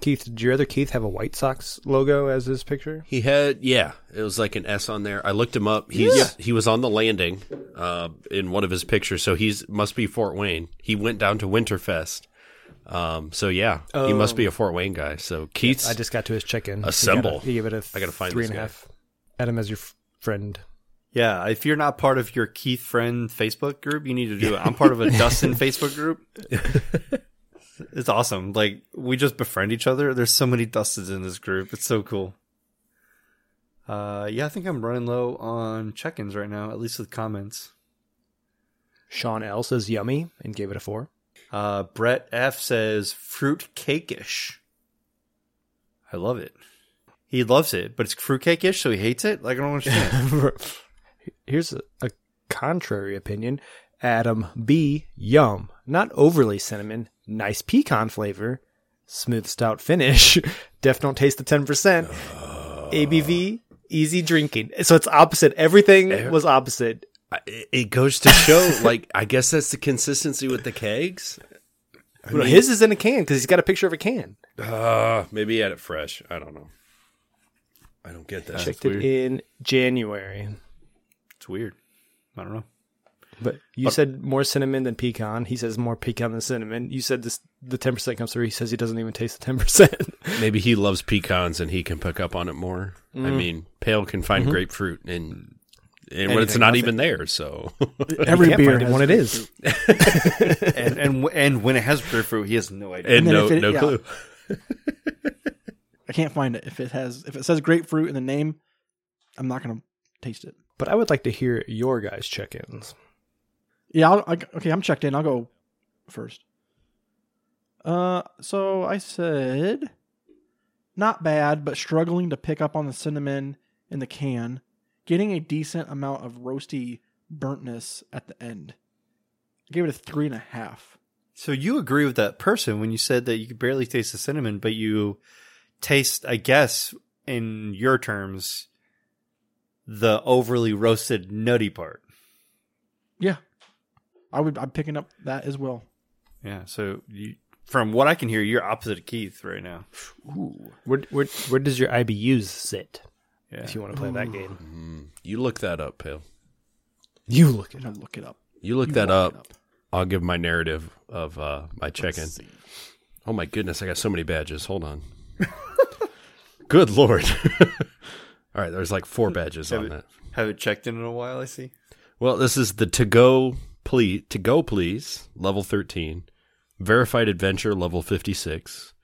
Keith, did your other Keith have a White Sox logo as his picture? he had yeah, it was like an S on there. I looked him up. He's he was on the landing uh, in one of his pictures, so he's must be Fort Wayne. He went down to Winterfest. Um, so yeah, he must be a Fort Wayne guy. So Keith's Oh. I just got to his chicken. A symbol. He, gave it a I gotta find three this and a guy. half. Add him as your f- friend. Yeah, if you're not part of your Keith friend Facebook group, you need to do it. I'm part of a Dustin Facebook group. It's awesome. Like we just befriend each other. There's so many Dustins in this group. It's so cool. Uh, yeah, I think I'm running low on check-ins right now, at least with comments. Sean L says yummy and gave it a four. Uh, Brett F says fruit cakeish. I love it. He loves it, but it's fruit cakeish, so he hates it. Like I don't understand. Here's a, a contrary opinion. Adam B. Yum. Not overly cinnamon. Nice pecan flavor. Smooth stout finish. Def don't taste the 10%. Uh, ABV. Easy drinking. So it's opposite. Eh, Everything was opposite. I- it goes to show, like I guess that's the consistency with the kegs. I mean, His is in a can because he's got a picture of a can. uh, maybe he had it fresh. I don't know. I don't get that. Checked it in January. it's weird. I don't know. But you said more cinnamon than pecan. He says more pecan than cinnamon. You said this the 10% comes through. He says he doesn't even taste the 10%. Maybe he loves pecans and he can pick up on it more. I Mm. mean, Pale can find Mm-hmm. grapefruit and and when it's not even there, so Every Can't beer find it has when it is. and and and when it has grapefruit, he has no idea. and then no if it- no yeah. clue. I can't find it. If it has, if it says grapefruit in the name, I'm not gonna taste it. But I would like to hear your guys' check-ins. Yeah. I'll, I, okay, I'm checked in. I'll go first. Uh, so I said, not bad, but struggling to pick up on the cinnamon in the can, getting a decent amount of roasty burntness at the end. I gave it a three and a half. so you agree with that person when you said that you could barely taste the cinnamon, but you taste, I guess, in your terms, the overly roasted nutty part. Yeah, I would. I'm picking up that as well. Yeah. So you, from what I can hear, you're opposite of Keith right now. Where, where where does your IBUs sit? Yeah. If you want to play that game, Mm. You look that up, Pale. you look I'm it up. gonna look it up. You look that up. I'll give my narrative of uh, my check-in. Oh my goodness, I got so many badges. Hold on. Good lord. All right, there's like four badges on that. Haven't checked in in a while. I see. Well, this is the to go please to go please level 13, verified adventure level 56,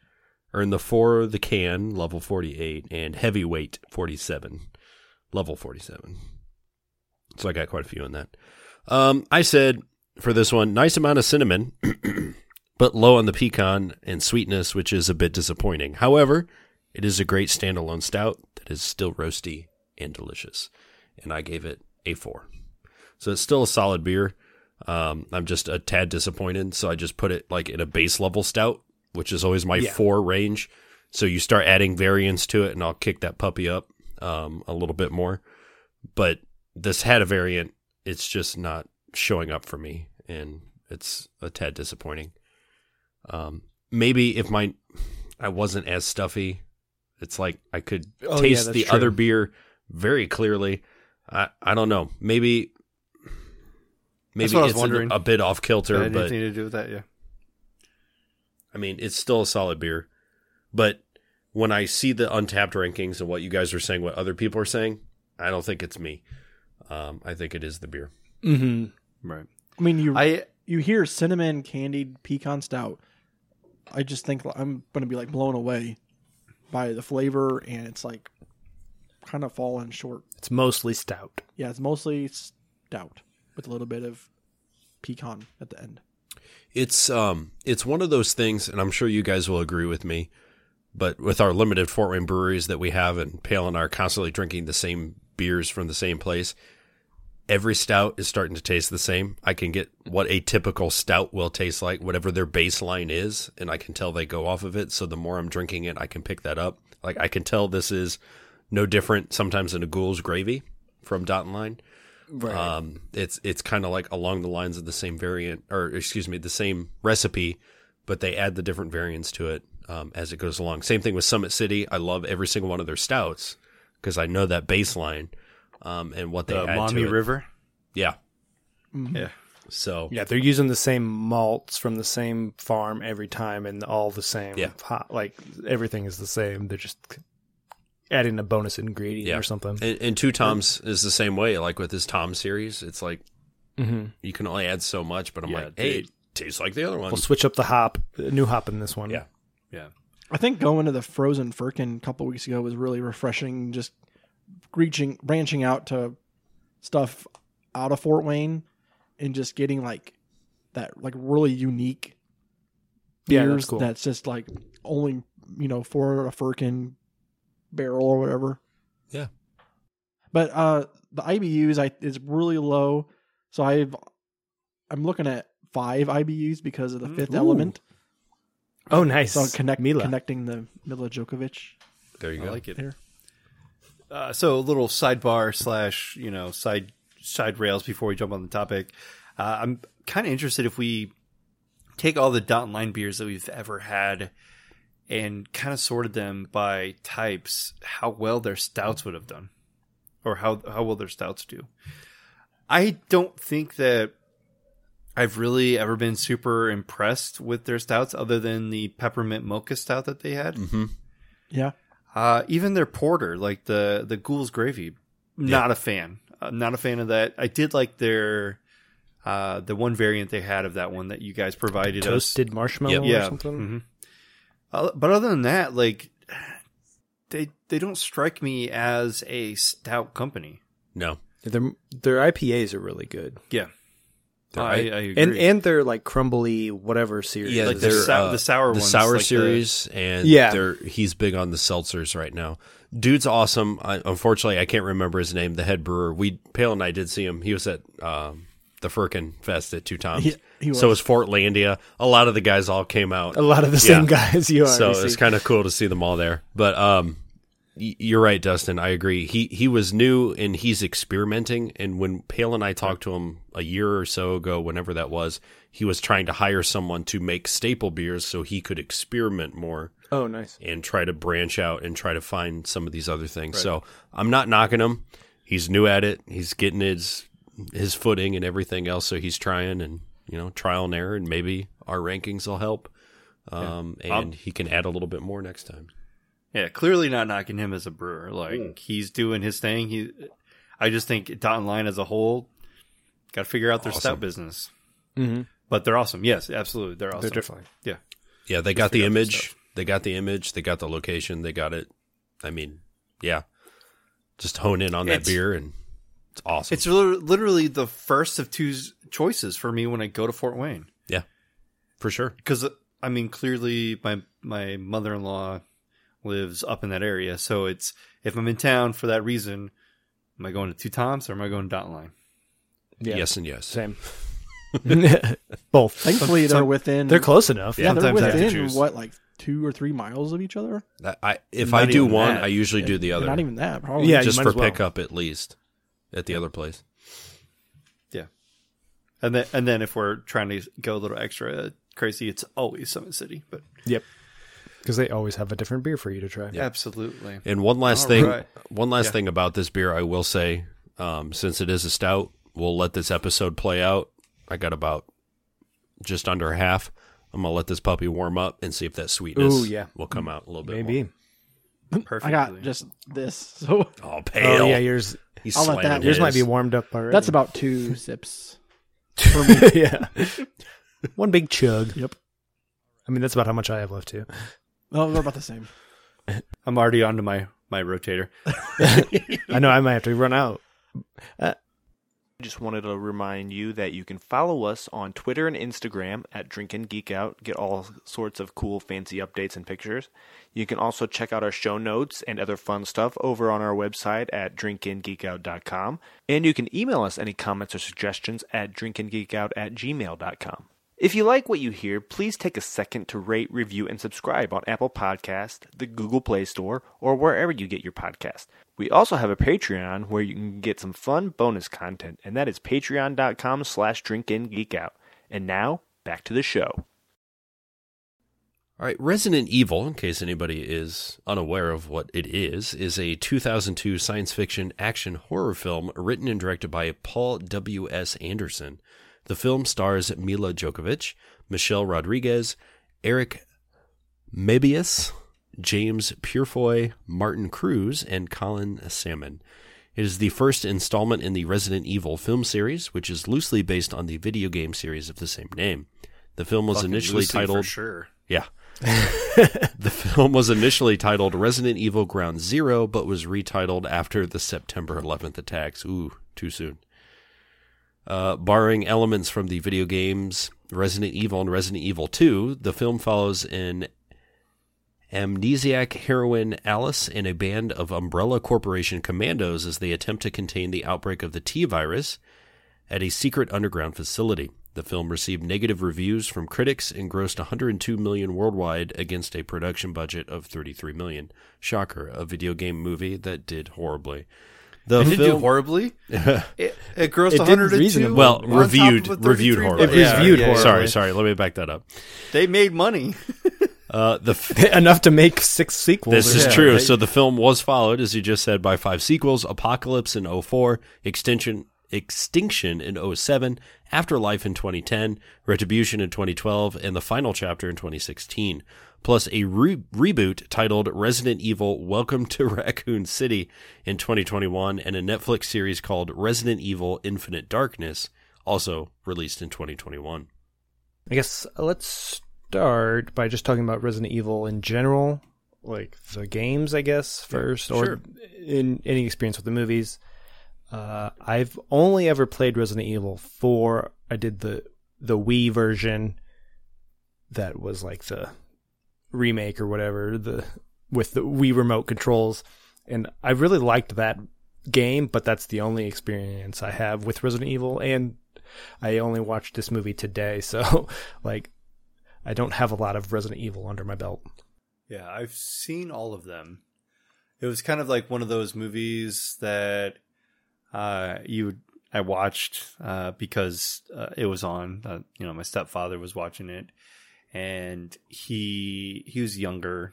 earn the for the can level 48 and heavyweight 47, level 47. So I got quite a few in that. Um, I said for this one, nice amount of cinnamon, but low on the pecan and sweetness, which is a bit disappointing. However, it is a great standalone stout that is still roasty and delicious, and I gave it a four. So it's still a solid beer. Um, I'm just a tad disappointed, so I just put it like in a base level stout, which is always my four range. So you start adding variants to it, and I'll kick that puppy up um, a little bit more. But this had a variant; it's just not showing up for me, and it's a tad disappointing. Um, maybe if my I wasn't as stuffy, it's like I could Oh, yeah, taste that's the true. other beer very clearly. I I don't know. Maybe Maybe what I was it's a, wondering. a bit off Had kilter, anything but to do with that? Yeah. I mean, it's still a solid beer. But when I see the untapped rankings and what you guys are saying, what other people are saying, I don't think it's me. Um, I think it is the beer. Mm-hmm. Right. I mean, you I you hear cinnamon candied pecan stout. I just think I'm going to be like blown away by the flavor, and it's like kind of falling short. It's mostly stout. Yeah, it's mostly stout with a little bit of pecan at the end. It's um, it's one of those things, and I'm sure you guys will agree with me. But with our limited Fort Wayne breweries that we have, and Pale and I are constantly drinking the same beers from the same place, every stout is starting to taste the same. I can get what a typical stout will taste like, whatever their baseline is, and I can tell they go off of it. So the more I'm drinking it, I can pick that up. Like I can tell this is no different sometimes than a ghoul's gravy from Dot and Line. Um, it's it's kind of like along the lines of the same variant, or excuse me, the same recipe, but they add the different variants to it um, as it goes along. Same thing with Summit City. I love every single one of their stouts because I know that baseline um, and what they the add Maumee to it. River. Yeah. Yeah. So Yeah, they're using the same malts from the same farm every time, and all the same. Yeah. hot- like everything is the same. They're just adding a bonus ingredient Yeah. or something. and, and two Toms is the same way. Like with this Tom series, it's like Mhm. you can only add so much. But I'm Yeah, like, hey, dude. it tastes like the other one. We'll switch up the hop, new hop in this one. Yeah. Yeah. I think going to the frozen firkin a couple weeks ago was really refreshing. Just reaching, branching out to stuff out of Fort Wayne, and just getting like that like really unique Yeah, beers that's cool. that's just like only you know for a firkin barrel or whatever. Yeah. But uh the IBUs I is really low, so I've I'm looking at five IBUs because of the fifth Ooh. element. Oh, nice. So connect Mila. connecting the Mila Djokovic. There you I go. like it. There. Uh, so a little sidebar slash you know side side rails before we jump on the topic. Uh, I'm kind of interested if we take all the dot and line beers that we've ever had and kind of sorted them by types, how well their stouts would have done, or how how well their stouts do. I don't think that I've really ever been super impressed with their stouts, other than the peppermint mocha stout that they had. Mm-hmm. Yeah. Uh, even their porter, like the the Ghoul's Gravy, not a fan. I'm not a fan of that. I did like their uh, the one variant they had of that one that you guys provided Toasted marshmallow us. Yeah, or something. mhm. Uh, but other than that, like they they don't strike me as a stout company. No, Their their IPAs are really good, Yeah, They're- I, I agree. and and they're like crumbly whatever series. Yeah, like they're, the, sou- uh, the sour the ones, sour like the- series, and Yeah. they're, he's big on the seltzers right now. Dude's awesome. I, unfortunately, I can't remember his name. The head brewer, we Pale and I did see him. He was at um, the Firkin Fest at two times. He- he So was. was Fortlandia. A lot of the guys all came out a lot of the same Yeah. guys you so already see. it's kind of cool to see them all there. But um, y- you're right, Dustin. I agree. He he was new and he's experimenting. And when Pale and I talked to him a year or so ago, whenever that was, he was trying to hire someone to make staple beers so he could experiment more oh, nice. and try to branch out and try to find some of these other things. So I'm not knocking him. He's new at it. He's getting his his footing and everything else. So he's trying and you know trial and error, and maybe our rankings will help. Um, and he can add a little bit more next time. Yeah, clearly not knocking him as a brewer. Like he's doing his thing. He, I just think dot and line as a whole, got to figure out their stout business. Mhm. But they're awesome. Yes, absolutely, they're awesome. They're definitely yeah. Yeah, they got figure the out their image. stuff. They got the image. They got the location. They got it. I mean, yeah, just hone in on that It's- beer and it's awesome. It's lit- literally the first of two s- choices for me when I go to Fort Wayne. yeah, for sure. because I mean, clearly my my mother in law lives up in that area, so it's if I'm in town for that reason, am I going to Two Toms or am I going to Dot Line? yeah. Yes and yes. same. Both. Thankfully they're within They're close enough. Yeah. they're sometimes I have to within choose. what, like two or three miles of each other? That- I if Not I do even one, that. I usually do the other. Not even that, probably. Yeah. you just might for as well. pickup at least at the other place. And then and then if we're trying to go a little extra crazy, it's always Summit City. But Yep. Because they always have a different beer for you to try. absolutely, And one last All thing, right. one last thing about this beer, I will say, um, since it is a stout, we'll let this episode play out. I got about just under half. I'm gonna let this puppy warm up and see if that sweetness Ooh, yeah. will come out a little bit. Maybe. more. Perfect. I got just this. So Oh, pale. Oh yeah, yours He's I'll let slamming that- yours his. might be warmed up already. that's about two sips. yeah. One big chug. Yep. I mean, that's about how much I have left too. Oh, we're about the same. I'm already onto my my rotator. I know I might have to run out. Just wanted to remind you that you can follow us on Twitter and Instagram at Drink and Geek Out. Get all sorts of cool, fancy updates and pictures. You can also check out our show notes and other fun stuff over on our website at drinkandgeekout.com. And you can email us any comments or suggestions at drinkandgeekout at gmail.com. If you like what you hear, please take a second to rate, review, and subscribe on Apple Podcast, the Google Play Store, or wherever you get your podcast. We also have a Patreon where you can get some fun bonus content, and that is patreon.com slash drinkingeekout. And now, back to the show. All right, Resident Evil, in case anybody is unaware of what it is, is a 2002 science fiction action horror film written and directed by Paul W.S. Anderson. The film stars Mila Djokovic, Michelle Rodriguez, Eric Mebius, James Purefoy, Martin Cruz, and Colin Salmon. It is the first installment in the Resident Evil film series, which is loosely based on the video game series of the same name. The film was Fucking initially Lucy for titled sure. yeah. the film was initially titled Resident Evil Ground Zero, but was retitled after the September 11th attacks. Ooh, too soon. Uh, borrowing elements from the video games Resident Evil and Resident Evil 2, the film follows an amnesiac heroine Alice and a band of Umbrella Corporation commandos as they attempt to contain the outbreak of the T virus at a secret underground facility. The film received negative reviews from critics and grossed 102 million worldwide against a production budget of 33 million. Shocker, a video game movie that did horribly. The It did do film- horribly. it, it grossed It did 102. reasonably. well, on top of reviewed a 33 reviewed horribly. It Yeah, reviewed yeah, yeah. Sorry, horribly. sorry. Let me back that up. They made money. Uh, the f- Enough to make six sequels. This is Yeah. true. so the film was followed, as you just said, by five sequels: Apocalypse in 04, Extinction Extinction in 07, Afterlife in 2010, Retribution in 2012, and the final chapter in 2016. Plus a re- reboot titled Resident Evil: Welcome to Raccoon City in 2021, and a Netflix series called Resident Evil: Infinite Darkness, also released in 2021. I guess uh, let's start by just talking about Resident Evil in general, like the games, I guess, first, or sure. in any experience with the movies. Uh, I've only ever played Resident Evil 4. I did the the Wii version that was like the remake or whatever, the with the Wii remote controls, and I really liked that game, but that's the only experience I have with Resident Evil and I only watched this movie today, so like I don't have a lot of Resident Evil under my belt. Yeah, I've seen all of them. It was kind of like one of those movies that uh, you I watched uh, because uh, it was on. Uh, you know, my stepfather was watching it, and he he was younger,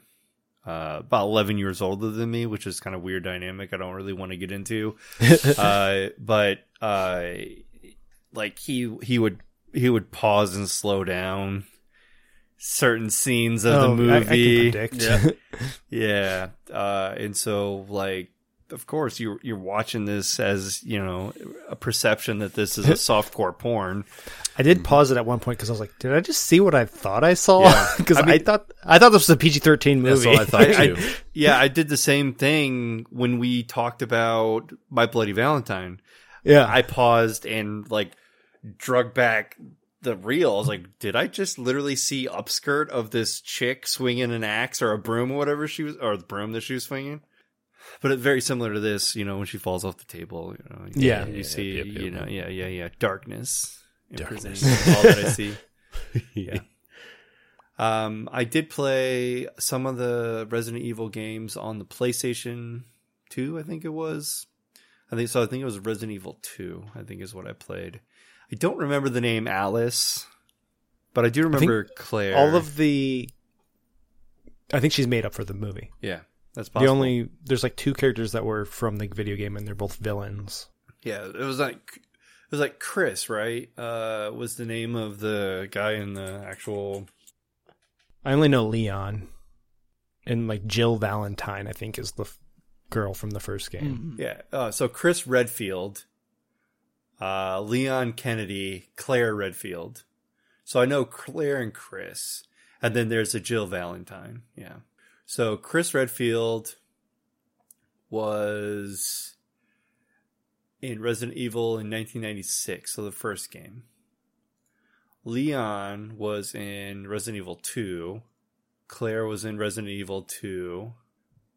uh, about eleven years older than me, which is kind of weird dynamic. I don't really want to get into, uh, but uh, like he he would he would pause and slow down certain scenes of the Oh, I- I movie. can predict. Yeah. Yeah, uh, and so like, of course, you're you're watching this as you know a perception that this is a softcore porn. I did pause it at one point because I was like, "Did I just see what I thought I saw?" Yeah. Because I I, mean- thought I thought this was a PG thirteen That's movie. all I thought too. yeah, I did the same thing when we talked about My Bloody Valentine. yeah, I paused and like drug back the reel. I was like, did I just literally see upskirt of this chick swinging an axe or a broom or whatever she was, or the broom that she was swinging? But it's very similar to this, you know, when she falls off the table. You know, you- Yeah. you see, Yep, yep, you yep. know, yeah, yeah, yeah, darkness, Darkness. imprisoning all that I see. yeah. Um, I did play some of the Resident Evil games on the PlayStation 2, I think it was. I think so. I think it was Resident Evil 2, I think is what I played. I don't remember the name Alice, but I do think remember Claire. all of the. I think she's made up for the movie. yeah, that's possible. The only there's like two characters that were from the video game, and they're both villains. yeah, it was like it was like Chris, right? Uh, was the name of the guy in the actual. I only know Leon, and like Jill Valentine, I think is the f- girl from the first game. Mhm. Yeah. Uh, so Chris Redfield, uh, Leon Kennedy, Claire Redfield. So I know Claire and Chris. And then there's a Jill Valentine. Yeah. So Chris Redfield was in Resident Evil in 1996, so the first game. Leon was in Resident Evil 2. Claire was in Resident Evil 2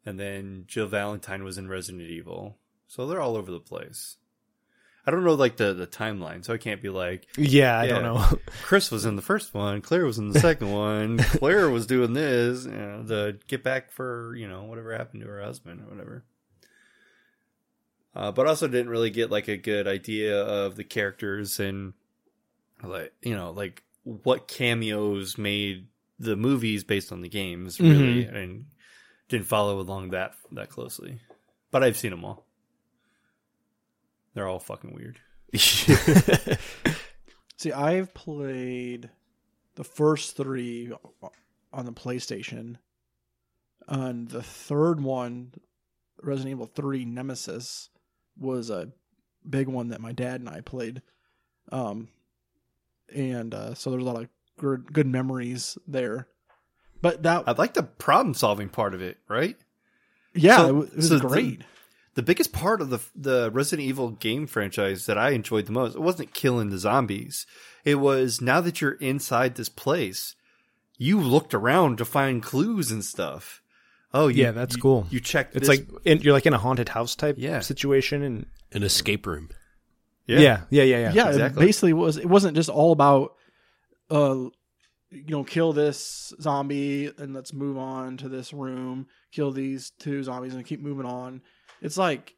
and then Jill Valentine was in Resident Evil. So they're all over the place. I don't know like the the timeline, so I can't be like Yeah, I Yeah. don't know. Chris was in the first one, Claire was in the second one, Claire was doing this, you know, the get back for you know whatever happened to her husband or whatever. Uh, but also didn't really get like a good idea of the characters and like you know like what cameos made the movies based on the games really, and didn't follow along that that closely. But I've seen them all. They're all fucking weird. See, I've played the first three on the PlayStation. On the third one, Resident Evil 3 Nemesis, was a big one that my dad and I played. Um, and uh, so there's a lot of good, good memories there. But that, I like the problem solving part of it, right? yeah, so- it wa- it was so the- great. the biggest part of the the Resident Evil game franchise that I enjoyed the most it wasn't killing the zombies. It was now that you're inside this place, you looked around to find clues and stuff. Oh you- Yeah, that's you- cool. You checked. It's this- like in, you're like in a haunted house type Yeah. situation, and An escape room. yeah. yeah, yeah, yeah, yeah. yeah, exactly. it basically was it wasn't just all about uh you know kill this zombie and let's move on to this room kill these two zombies and keep moving on it's like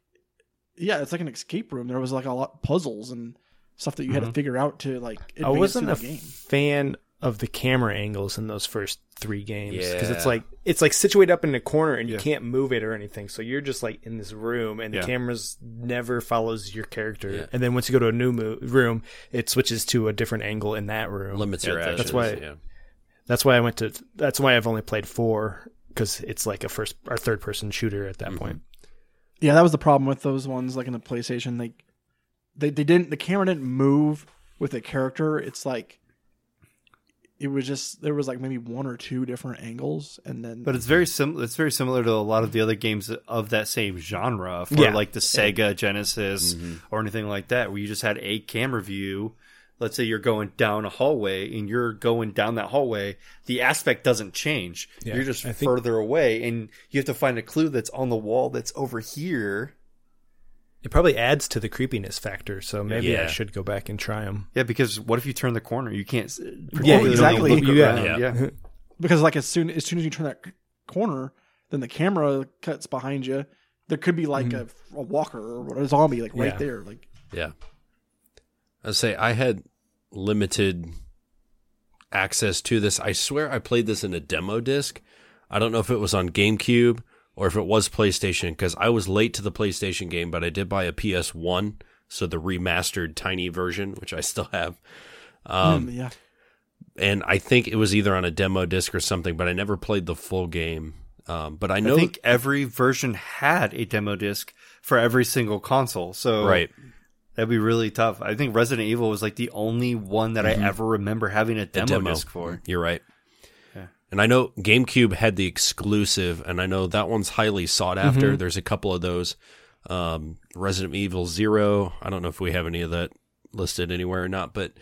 yeah it's like an escape room there was like a lot of puzzles and stuff that you had to figure out to like Mm-hmm. I advance wasn't through a the game fan of the camera angles in those first three games because it's Yeah. like it's like situated up in a corner and Yeah. you can't move it or anything. So you're just like in this room and Yeah. the camera's never follows your character. Yeah. And then once you go to a new mo- room, it switches to a different angle in that room. Limits your actions. that's why- Yeah. That's why I went to. That's why I've only played four because it's like a first or third person shooter at that point. Yeah, that was the problem with those ones, like in the PlayStation. Like they they didn't the camera didn't move with the character. It's like it was just there was like maybe one or two different angles, and then But it's very similar. It's very similar to a lot of the other games of that same genre, for Yeah. Mm-hmm. like the Sega Genesis or anything like that, where you just had a camera view. Let's say you're going down a hallway, and you're going down that hallway. The aspect doesn't change. Yeah, you're just I think- further away, and you have to find a clue that's on the wall that's over here. It probably adds to the creepiness factor. So maybe I Yeah. should go back and try them. Yeah, because what if you turn the corner? You can't. s- Yeah, particularly exactly. look Yeah. around. Yeah. yeah. because like as soon as soon as you turn that c- corner, then the camera cuts behind you. There could be like a, a walker or a zombie like right Yeah. there. Like Yeah. I say I had limited access to this. I swear I played this in a demo disc. I don't know if it was on GameCube or if it was PlayStation because I was late to the PlayStation game, but I did buy a PS1, so the remastered tiny version, which I still have. Um, mm, yeah, and I think it was either on a demo disc or something, but I never played the full game. Um, but I I know, think every version had a demo disc for every single console. So right? That'd be really tough. I think Resident Evil was like the only one that Mm-hmm. I ever remember having a demo, disc for. You're right. And I know GameCube had the exclusive, and I know that one's highly sought after. There's a couple of those. Um, Resident Evil Zero. I don't know if we have any of that listed anywhere or not, but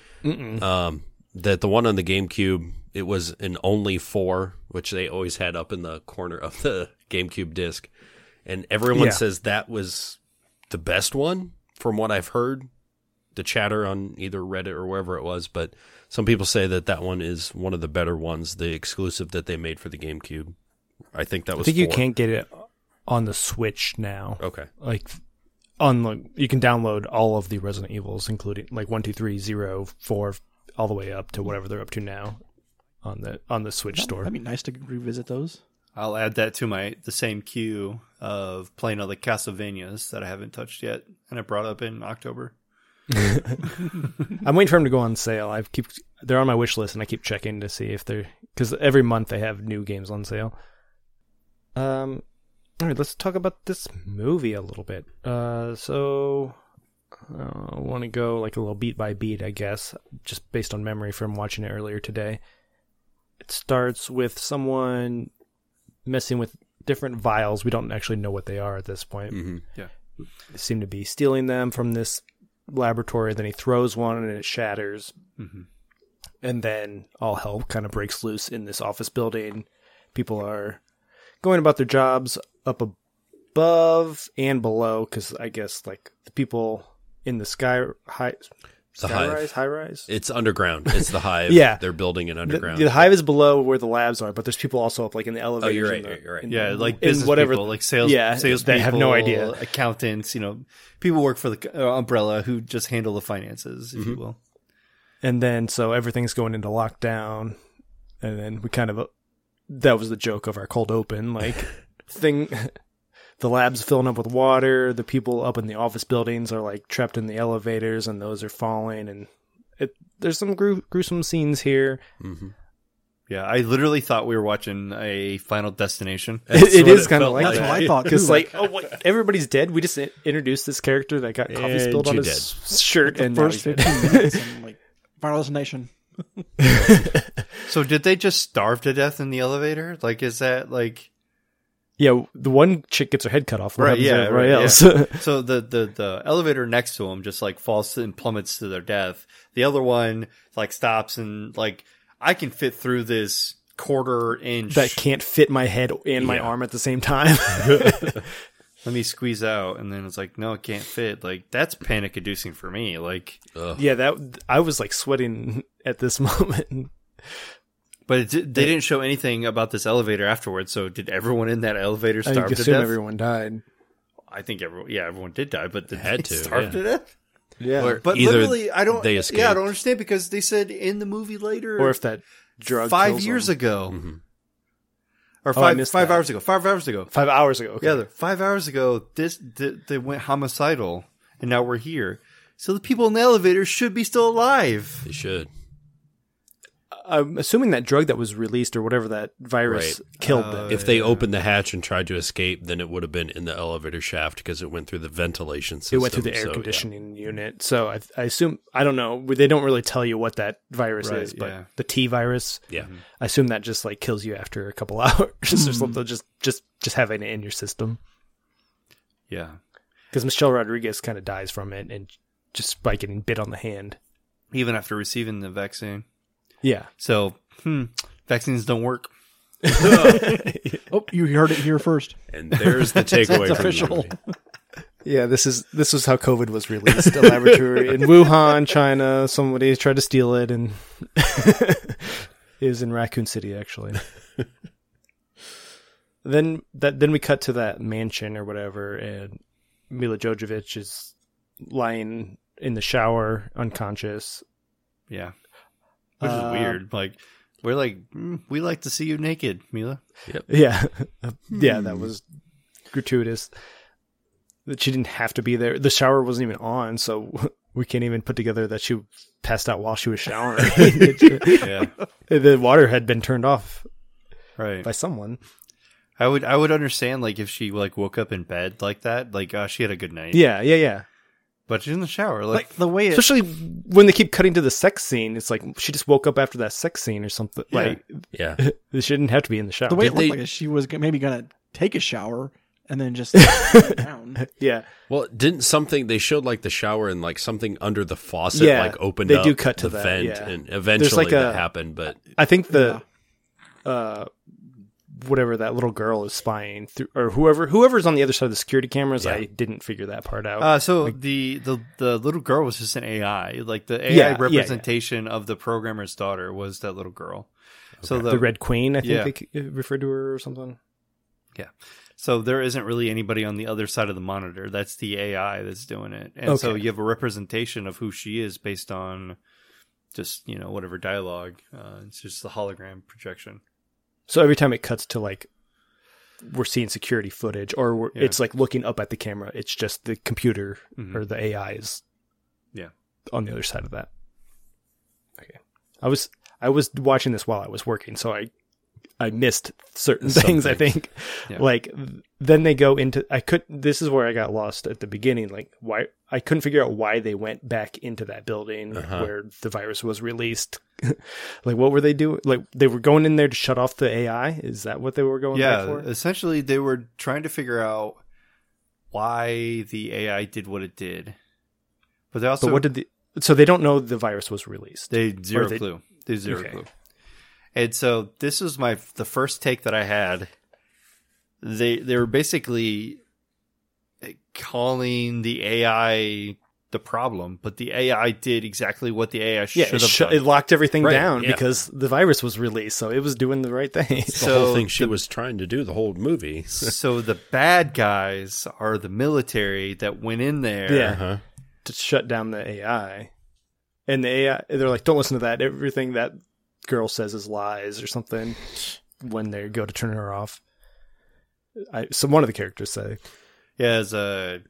um, that the one on the GameCube it was an only four, which they always had up in the corner of the GameCube disc, and everyone Yeah. says that was the best one from what I've heard. The chatter on either Reddit or wherever it was, but some people say that that one is one of the better ones, the exclusive that they made for the GameCube. I think that I was. think you four. can't get it on the Switch now. Okay. like on like you can download all of the Resident Evils, including like one, two, three, zero, four, all the way up to whatever they're up to now on the on the Switch store. that'd be nice to revisit those. I'll add that to my the same queue of playing all the Castlevanias that I haven't touched yet, and I brought up in October. I'm waiting for them to go on sale. I keep they're on my wish list, and I keep checking to see if they're because every month they have new games on sale. Um, all right, let's talk about this movie a little bit. Uh, so uh, I want to go like a little beat by beat, I guess, just based on memory from watching it earlier today. It starts with someone messing with different vials. We don't actually know what they are at this point. Mm-hmm. Yeah. They seem to be stealing them from this laboratory. Then he throws one and it shatters. And then all hell kind of breaks loose in this office building. People are going about their jobs up above and below because I guess like the people in the sky high, The sky hive. rise, high rise. It's underground. It's the hive. Yeah. They're building it The, underground. Oh, the hive is below where the labs are, but there's people also up like in the elevator. you're right, you're right. Yeah, like Mm-hmm. in business whatever- people, like sales, yeah, sales they have no idea. accountants, you know, people work for the uh, umbrella who just handle the finances, if you Mm-hmm. will. and then so everything's going into lockdown and then we kind of uh, that was the joke of our cold open like thing the labs filling up with water the people up in the office buildings are like trapped in the elevators and those are falling and it, there's some gru- gruesome scenes here Yeah, I literally thought we were watching a Final Destination. That's it what is it kind of felt like like. That's what I thought. because too. like oh what everybody's dead we just i- introduced this character that got coffee And spilled on you his shirt the and now first he's dead. fifteen minutes, and like Final Destination. so did they just starve to death in the elevator? Like, is that like yeah the one chick gets her head cut off what Right, happens yeah, to everybody right, yeah. else so? The the the elevator next to him just like falls and plummets to their death. The other one like stops and like I can fit through this quarter inch that can't fit my head and my arm at the same time. let me squeeze out and then it's like no it can't fit like that's panic inducing for me like yeah, that I was like sweating at this moment. but it, did- they didn't show anything about this elevator afterwards so did everyone in that elevator I starve to assume death everyone died. i think everyone yeah everyone did die but did Had they to, starve yeah. to death Yeah, Or or, but either literally i don't they yeah i escaped. don't understand because they said in the movie later if that drug five kills years them. ago Mhm. Mm-hmm. or Oh, I five missed five that. hours ago five hours ago five hours ago. Okay. Yeah, five hours ago, this th- they went homicidal, and now we're here. So the people in the elevator should be still alive. They should. I'm assuming that drug that was released or whatever that virus killed Uh, them. If they opened the hatch and tried to escape, then it would have been in the elevator shaft because it went through the ventilation it system. went through the air so, yeah. conditioning unit, so I, I assume I don't know. They don't really tell you what that virus Right, is, but yeah. the T virus. Yeah. I assume that just like kills you after a couple hours or something. Just just just having it in your system. Yeah, because Michelle Rodriguez kind of dies from it and just by getting bit on the hand. even after receiving the vaccine. Yeah, So hmm, vaccines don't work. Oh, you heard it here first. And there's the takeaway from the official. movie. yeah. This is this was how COVID was released. A laboratory in Wuhan, China. Somebody tried to steal it, and it was in Raccoon City actually. then that then we cut to that mansion or whatever, and Mila Jojovic is lying in the shower unconscious. Yeah, which Uh, is weird. Like we're like hmm, we like to see you naked, Mila. Yeah. yeah, that was gratuitous. That she didn't have to be there. The shower wasn't even on, so we can't even put together that she passed out while she was showering. Yeah, the water had been turned off right. by someone. I would I would understand like if she like woke up in bed like that, like uh, she had a good night. Yeah, yeah, yeah. but she's in the shower. Like, Like the way it Especially when they keep cutting to the sex scene, it's like she just woke up after that sex scene or something. Yeah. Like Yeah. she didn't have to be in the shower. the way it Did looked they- like she was g- maybe gonna take a shower and then just sit down. yeah, Well, didn't something they showed like the shower and like something under the faucet Yeah, like opened they up do cut to the that, vent yeah. and eventually like, that a- happened, but I think the uh whatever that little girl is spying through or whoever whoever's on the other side of the security cameras, Yeah. I didn't figure that part out. Uh, so the, the the little girl was just an AI. Like the AI Yeah, yeah, yeah. representation of the programmer's daughter was that little girl. So the, the Red Queen, I think Yeah. they c- uh, referred to her or something. so there isn't really anybody on the other side of the monitor. That's the AI that's doing it. And so Okay. you have a representation of who she is based on just you know whatever dialogue. Uh, it's just the hologram projection. So every time it cuts to like we're seeing security footage or we're, Yeah. it's like looking up at the camera, it's just the computer Mhm. or the AI is Yeah. on the other side of that. Okay. I was I was watching this while I was working, so I I missed certain Some things, I things. think. Yeah. Like th- then they go into I could this is where I got lost at the beginning like why I couldn't figure out why they went back into that building Uh-huh. where the virus was released. like what were they doing? Like they were going in there to shut off the AI? Is that what they were going yeah, back for? essentially they were trying to figure out why the AI did what it did, but they also but what did the so they don't know the virus was released. They zero they- clue. They zero Okay. clue. And so this was my the first take that I had. They they were basically calling the AI the problem, but the AI did exactly what the AI Yeah, should it, have shu- done. it locked everything Right, down yeah. because the virus was released, so it was doing the right thing. The So whole thing she the- was trying to do the whole movie. so the bad guys are the military that went in there. Yeah. Uh-huh. to shut down the AI, and the AI, they're like, "Don't listen to that. Everything that girl says is lies or something." When they go to turn her off, I so one of the characters say, Yeah, as a,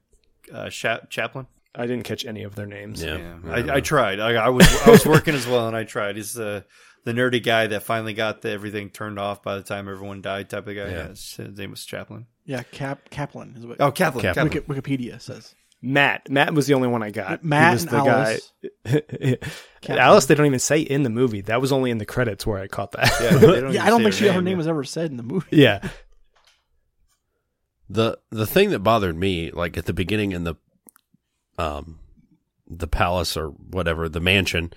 a cha- chaplain. "I didn't catch any of their names." Yeah. Yeah, I, I tried. I, I was I was working as well, and I tried. He's the the nerdy guy that finally got the, everything turned off by the time everyone died type of guy. Yeah, his name was Chaplin. Yeah, Cap Kaplan is what Oh, Kaplan. Kaplan. Kaplan. Wiki- Wikipedia says. Matt. Matt was the only one I got. Matt he was and the Alice. guy. Alice, they don't even say in the movie. That was only in the credits where I caught that. Yeah, they yeah, even I don't say think she her name was ever said in the movie. yeah. the the thing that bothered me like at the beginning in the um the palace or whatever the mansion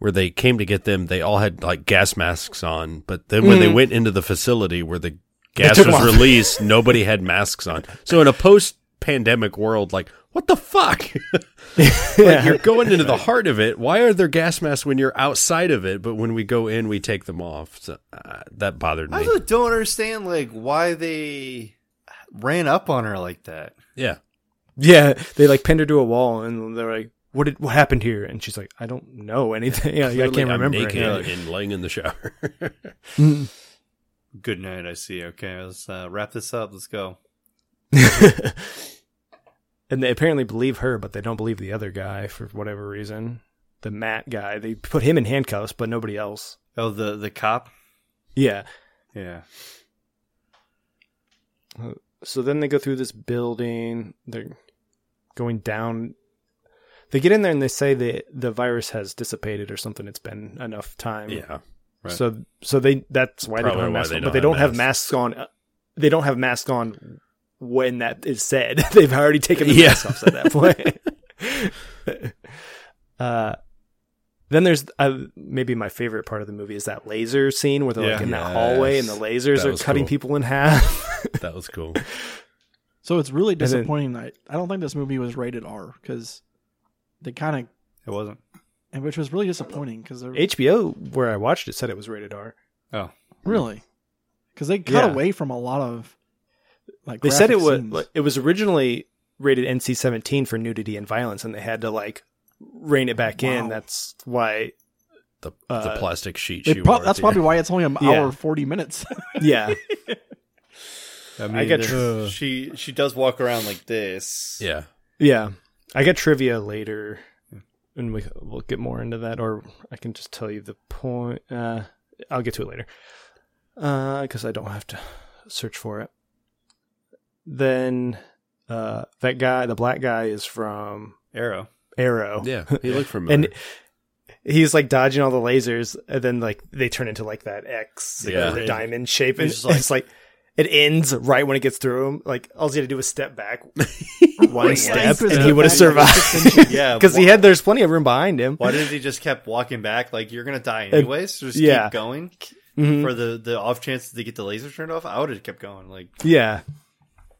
where they came to get them they all had like gas masks on but then when they went into the facility where the gas Mm-hmm. took 'em was off. released nobody had masks on so in a post pandemic world like what the fuck like you're going into the heart of it why are there gas masks when you're outside of it but when we go in we take them off so, uh, that bothered me I just don't understand like why they ran up on her like that. yeah Yeah, they like pinned her to a wall, and they're like, "What did what happened here?" And she's like, "I don't know anything. Yeah, like, I Clearly, can't I'm remember." naked anything." and laying in the shower Good night. I see. Okay, let's uh, wrap this up. Let's go. and they apparently believe her, but they don't believe the other guy for whatever reason. The Matt guy, they put him in handcuffs, but nobody else. Oh, the the cop. Yeah. Yeah. So then they go through this building. They're going down. They get in there and they say the the virus has dissipated or something. It's been enough time. yeah Right. So so they that's why Probably they don't have why masks they on, don't but they don't have have masks on. uh, They don't have masks on when that is said. They've already taken the Yeah. masks off at that point. uh, then there's uh, maybe my favorite part of the movie is that laser scene where they're like Yeah. in Yes. that hallway and the lasers That are was cutting cool. people in half. That was cool. So it's really then- disappointing. that I don't think this movie was rated R because they kind of, It wasn't. and which was really disappointing because they're HBO, where I watched it, said it was rated R. Oh, really because they cut Yeah. away from a lot of like They said it graphic was scenes. like, it was originally rated NC-17 for nudity and violence, and they had to like rein it back in. Wow. That's why The, the Uh, plastic sheet They she prob- wore. that's probably why it's only an Yeah. hour and forty minutes. Yeah. I mean, got the- tr- she she does walk around like this. Yeah. yeah. I got trivia later and we, we'll get more into that, or I can just tell you the point. Uh, I'll get to it later because I don't have to search for it. Then uh, that guy, the black guy, is from Arrow. Arrow. Yeah. He looked familiar. And he's like dodging all the lasers, and then like they turn into like that X or Yeah. the diamond shape, and He's it's like- like, it ends right when it gets through him. Like all he had to do was step back one step, Step and he would have back like six survived. Yeah, because he wha- had there's plenty of room behind him. Why did he just kept walking back? Like you're gonna die anyways. so just yeah. keep going Mhm. for the the off chance to get the laser turned off. I would have kept going. Like Yeah,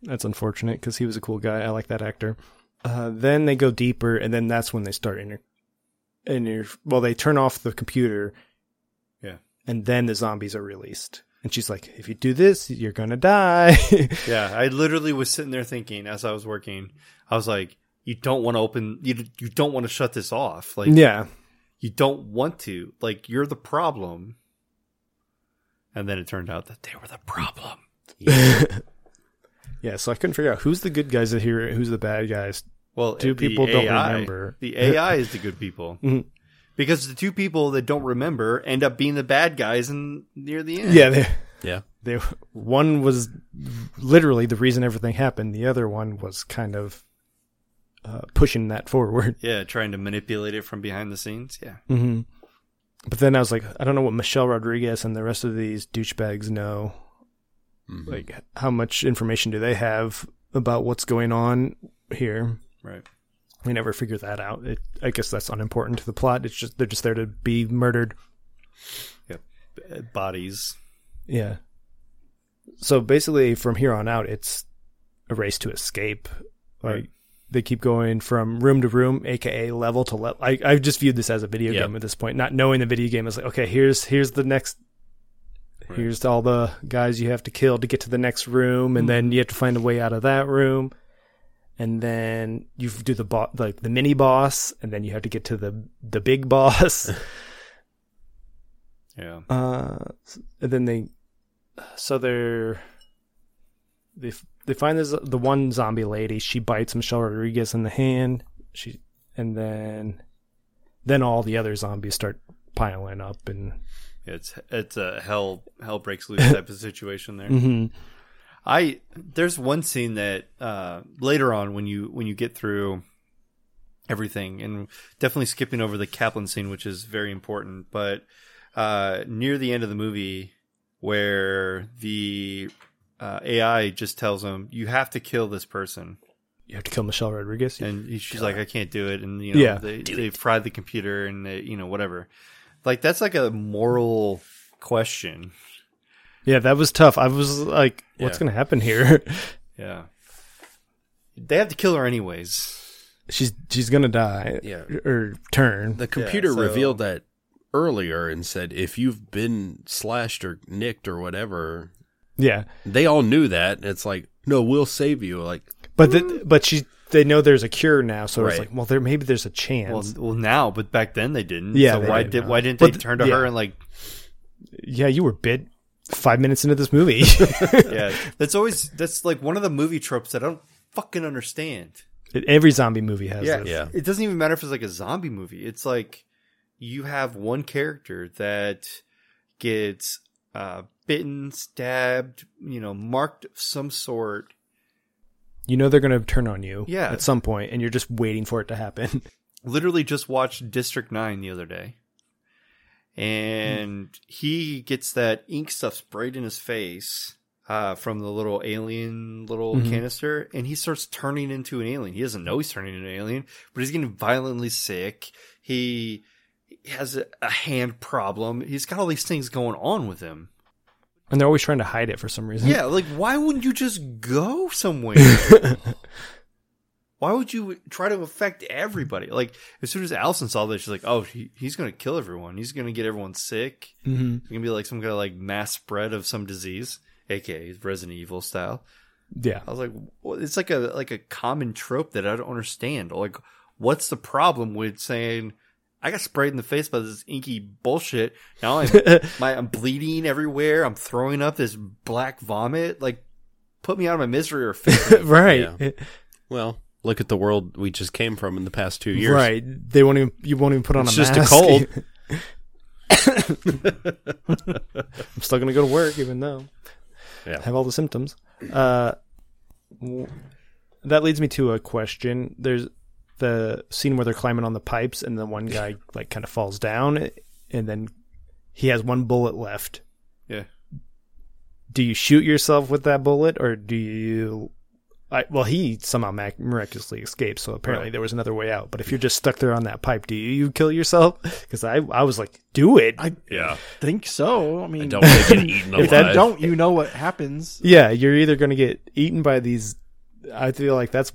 that's unfortunate because he was a cool guy. I like that actor. Uh, then they go deeper, and then that's when they start inter. inter- well, they turn off the computer. Yeah. and then the zombies are released. And she's like, "If you do this, you're gonna die." yeah, I literally was sitting there thinking as I was working. I was like, you don't want to open. You you don't want to shut this off. Like yeah, you don't want to. Like you're the problem. And then it turned out that they were the problem. yeah. So I couldn't figure out who's the good guys here, who's the bad guys. Well, Two the people don't AI remember. The AI is the good people. Mhm. Because the two people that don't remember end up being the bad guys in near the end. Yeah, they, Yeah. they one was literally the reason everything happened. The other one was kind of uh, pushing that forward. Yeah, trying to manipulate it from behind the scenes. Yeah. Mm-hmm. But then I was like, I don't know what Michelle Rodriguez and the rest of these douchebags know. Like, how much information do they have about what's going on here? Right. We never figure that out. It, I guess that's unimportant to the plot. It's just they're just there to be murdered. B- Bodies. Yeah. So basically, from here on out, it's a race to escape. Like Right. they keep going from room to room, aka level to level. I I've just viewed this as a video Yeah. game at this point, not knowing the video game is like, okay, here's here's the next. Here's all the guys you have to kill to get to the next room, and then you have to find a way out of that room, and then you do the bo- like the mini boss, and then you have to get to the the big boss. Yeah. Uh, and then they, so they're, they f- they find this the one zombie lady. She bites Michelle Rodriguez in the hand. She and then, then all the other zombies start piling up and. It's it's a hell hell breaks loose type of situation there. I there's one scene that uh, later on when you when you get through everything and definitely skipping over the Kaplan scene, which is very important, but uh, near the end of the movie where the uh, AI just tells him you have to kill this person, You have to kill Michelle Rodriguez. and he- she's like, I can't do it, and you know Yeah. they they fried the computer and they, you know whatever, like that's like a moral question, Yeah, that was tough. I was like, "What's Yeah. going to happen here? yeah. They have to kill her anyways. she's she's going to die, Yeah. or turn." The computer so- revealed that earlier and said if you've been slashed or nicked or whatever, yeah, they all knew that. It's like, no, we'll save you. Like, but the, but she they know there's a cure now, so it's Right. like, well, there maybe there's a chance. Well, well, now, but back then they didn't. Yeah, So they why didn't, did no. why didn't But they th- turn to yeah. her and like? yeah, you were bit five minutes into this movie. Yeah, that's always that's like one of the movie tropes that I don't fucking understand. Every zombie movie has Yeah, this. Yeah. It doesn't even matter if it's like a zombie movie. It's like you have one character that gets uh, bitten, stabbed, you know, marked of some sort. You know they're going to turn on you Yeah. at some point, and you're just waiting for it to happen. literally just watched District 9 the other day. And he gets that ink stuff sprayed in his face uh, from the little alien little Mhm. canister. And he starts turning into an alien. He doesn't know he's turning into an alien, but he's getting violently sick. He has a, a hand problem. He's got all these things going on with him. and they're always trying to hide it for some reason. Yeah, like why wouldn't you just go somewhere? why would you try to affect everybody? Like as soon as Allison saw this, she's like, "Oh, he, he's going to kill everyone. He's going to get everyone sick. hmm It's going to be like some kind of like mass spread of some disease, aka Resident Evil style." Yeah. I was like, well, "It's like a like a common trope that I don't understand. Like, what's the problem with saying?" I got sprayed in the face by this inky bullshit. Now I'm my I'm bleeding everywhere. I'm throwing up this black vomit. Like, put me out of my misery or fix it. right. well, look at the world we just came from in the past two years. Right. They won't even. You won't even put on It's a just a mask. cold. I'm still going to go to work, even though Yeah. I have all the symptoms. Uh, w- that leads me to a question. There's the scene where they're climbing on the pipes, and the one guy like kind of falls down, and then he has one bullet left. Yeah. Do you shoot yourself with that bullet, or do you? I, well, he somehow mac- miraculously escaped, so apparently there was another way out. But if you're just stuck there on that pipe, do you kill yourself? Because I, I was like, do it. I Yeah. think so. I mean, I don't want to get eaten alive. if that don't, you know what happens. Yeah, you're either going to get eaten by these. I feel like that's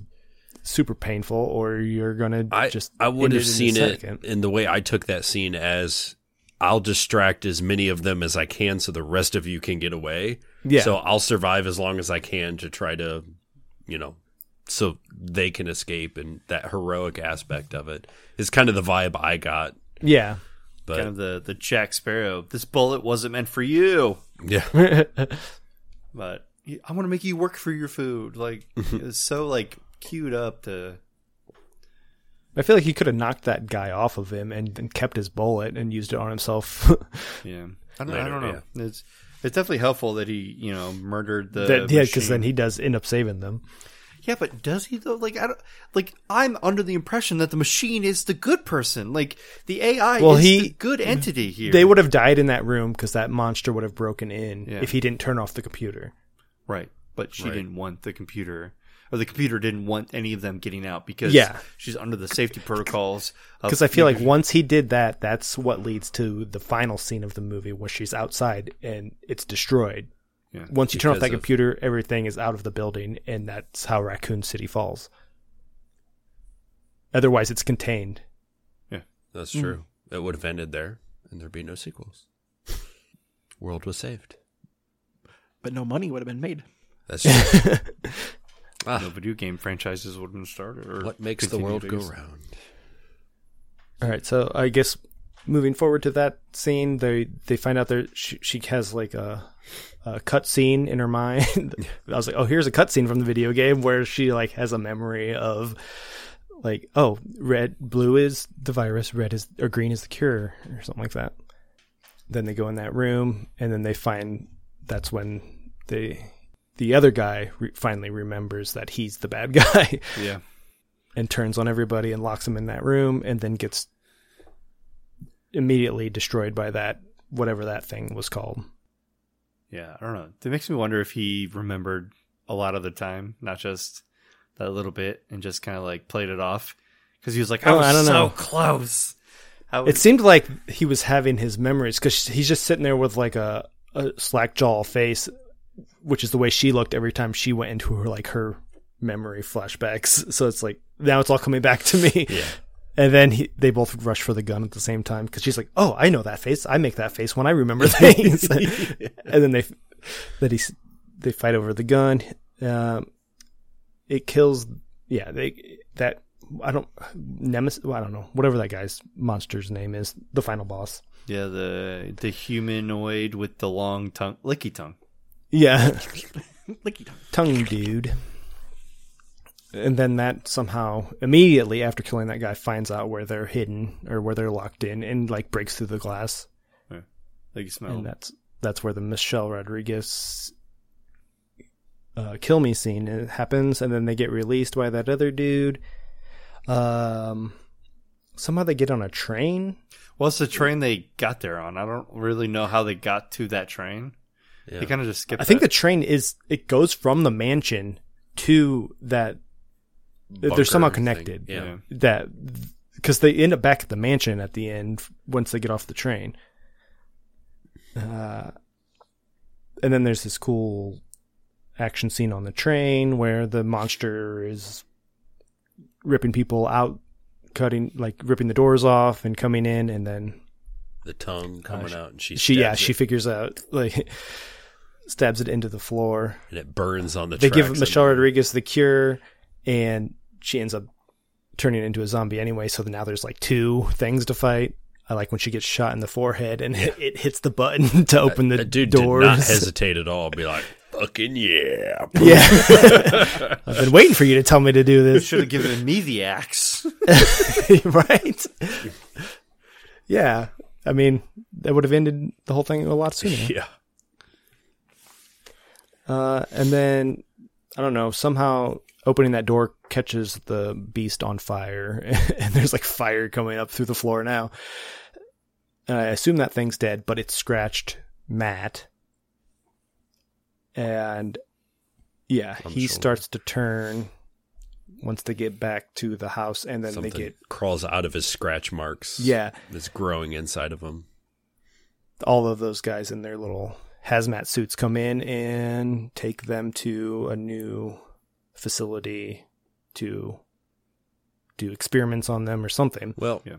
super painful, or you're going I to just. I would end have in a seen it second. in the way I took that scene as I'll distract as many of them as I can so the rest of you can get away. Yeah. So I'll survive as long as I can to try to, you know, so they can escape and that heroic aspect of it is kind of the vibe I got. Yeah. But Kind of the the Jack Sparrow. This bullet wasn't meant for you, yeah. but Mm-hmm. I want to make you work for your food. Like it's so like queued up to I feel like he could have knocked that guy off of him and, and kept his bullet and used it on himself. Yeah, I don't, I Later, don't know. It's it's definitely helpful that he you know murdered the that, yeah, because then machine. he does end up saving them. Yeah, but does he though? Like, I don't, like I'm under the impression that the machine is the good person. Like the AI Well, is he- the good entity here. They would have died in that room because that monster would have broken in Yeah. if he didn't turn off the computer. right, but she Right. didn't want the computer, or the computer didn't want any of them getting out because Yeah. she's under the safety protocols. Oh, of- Because I feel like once he did that, that's what leads to the final scene of the movie where she's outside and it's destroyed. Yeah. Once you turn off Because that of- computer, everything is out of the building, and that's how Raccoon City falls. Otherwise, it's contained. That's true. It would have ended there, and there'd be no sequels. World was saved. But no money would have been made. That's true. Ah, no video game franchises would have been started. Or what makes the world go continued, I guess. round? All right, so I guess moving forward to that scene, they they find out that she, she has like a, a cut scene in her mind. I was like, oh, here's a cut scene from the video game where she like has a memory of like, oh, red, blue is the virus, red is or green is the cure, or something like that. Then they go in that room, and then they find that's when they the other guy re- finally remembers that he's the bad guy Yeah, and turns on everybody and locks them in that room and then gets immediately destroyed by that whatever that thing was called. yeah. I don't know. It makes me wonder if he remembered a lot of the time, not just that little bit, and just kind of like played it off because he was like, "I Oh, was I don't so know. close." I was, It seemed like he was having his memories cuz he's just sitting there with like a, a slack jaw face which is the way she looked every time she went into her like her memory flashbacks. So it's like now it's all coming back to me. Yeah. And then he, they both rush for the gun at the same time because she's like, "Oh, I know that face. I make that face when I remember things." and then they that he s- they fight over the gun. Um, it kills. Yeah, they that I don't nemesis. Well, I don't know whatever that guy's monster's name is. The final boss. Yeah, the the humanoid with the long tongue, licky tongue. Yeah, Like you don't. tongue dude. And then that somehow immediately after killing that guy finds out where they're hidden or where they're locked in and like breaks through the glass Like you smell. and that's that's where the Michelle Rodriguez uh, kill me scene uh, happens, and then they get released by that other dude. Um, somehow they get on a train. well, it's the train they got there on. I don't really know how they got to that train. Yeah. They kind of just skipped. I think the that. train is it goes from the mansion to that. they're somehow Bunker thing. connected. Yeah. Yeah. That because they end up back at the mansion at the end f- once they get off the train. Uh, and then there's this cool action scene on the train where the monster is ripping people out, cutting like ripping the doors off and coming in, and then The tongue coming out, and she she yeah stabs she it, figures out like stabs it into the floor and it burns on the. they give tracks Michelle and- Rodriguez the cure, and she ends up turning into a zombie anyway. So now there's like two things to fight. I like when she gets shot in the forehead and it, it hits the button to open the That dude doors. did not hesitate at all. Be like, fucking yeah. Yeah, I've been waiting for you to tell me to do this, should have given me the axe. right? Yeah, I mean that would have ended the whole thing a lot sooner. Yeah. Uh, and then I don't know. Somehow opening that door catches the beast on fire, and there's like fire coming up through the floor now. And I assume that thing's dead, but it scratched Matt, and yeah, I'm he sure. starts to turn once they get back to the house, and then Something they get crawls out of his scratch marks. yeah, That's growing inside of him. all of those guys in their little hazmat suits come in and take them to a new facility to do experiments on them or something. Well, Yeah.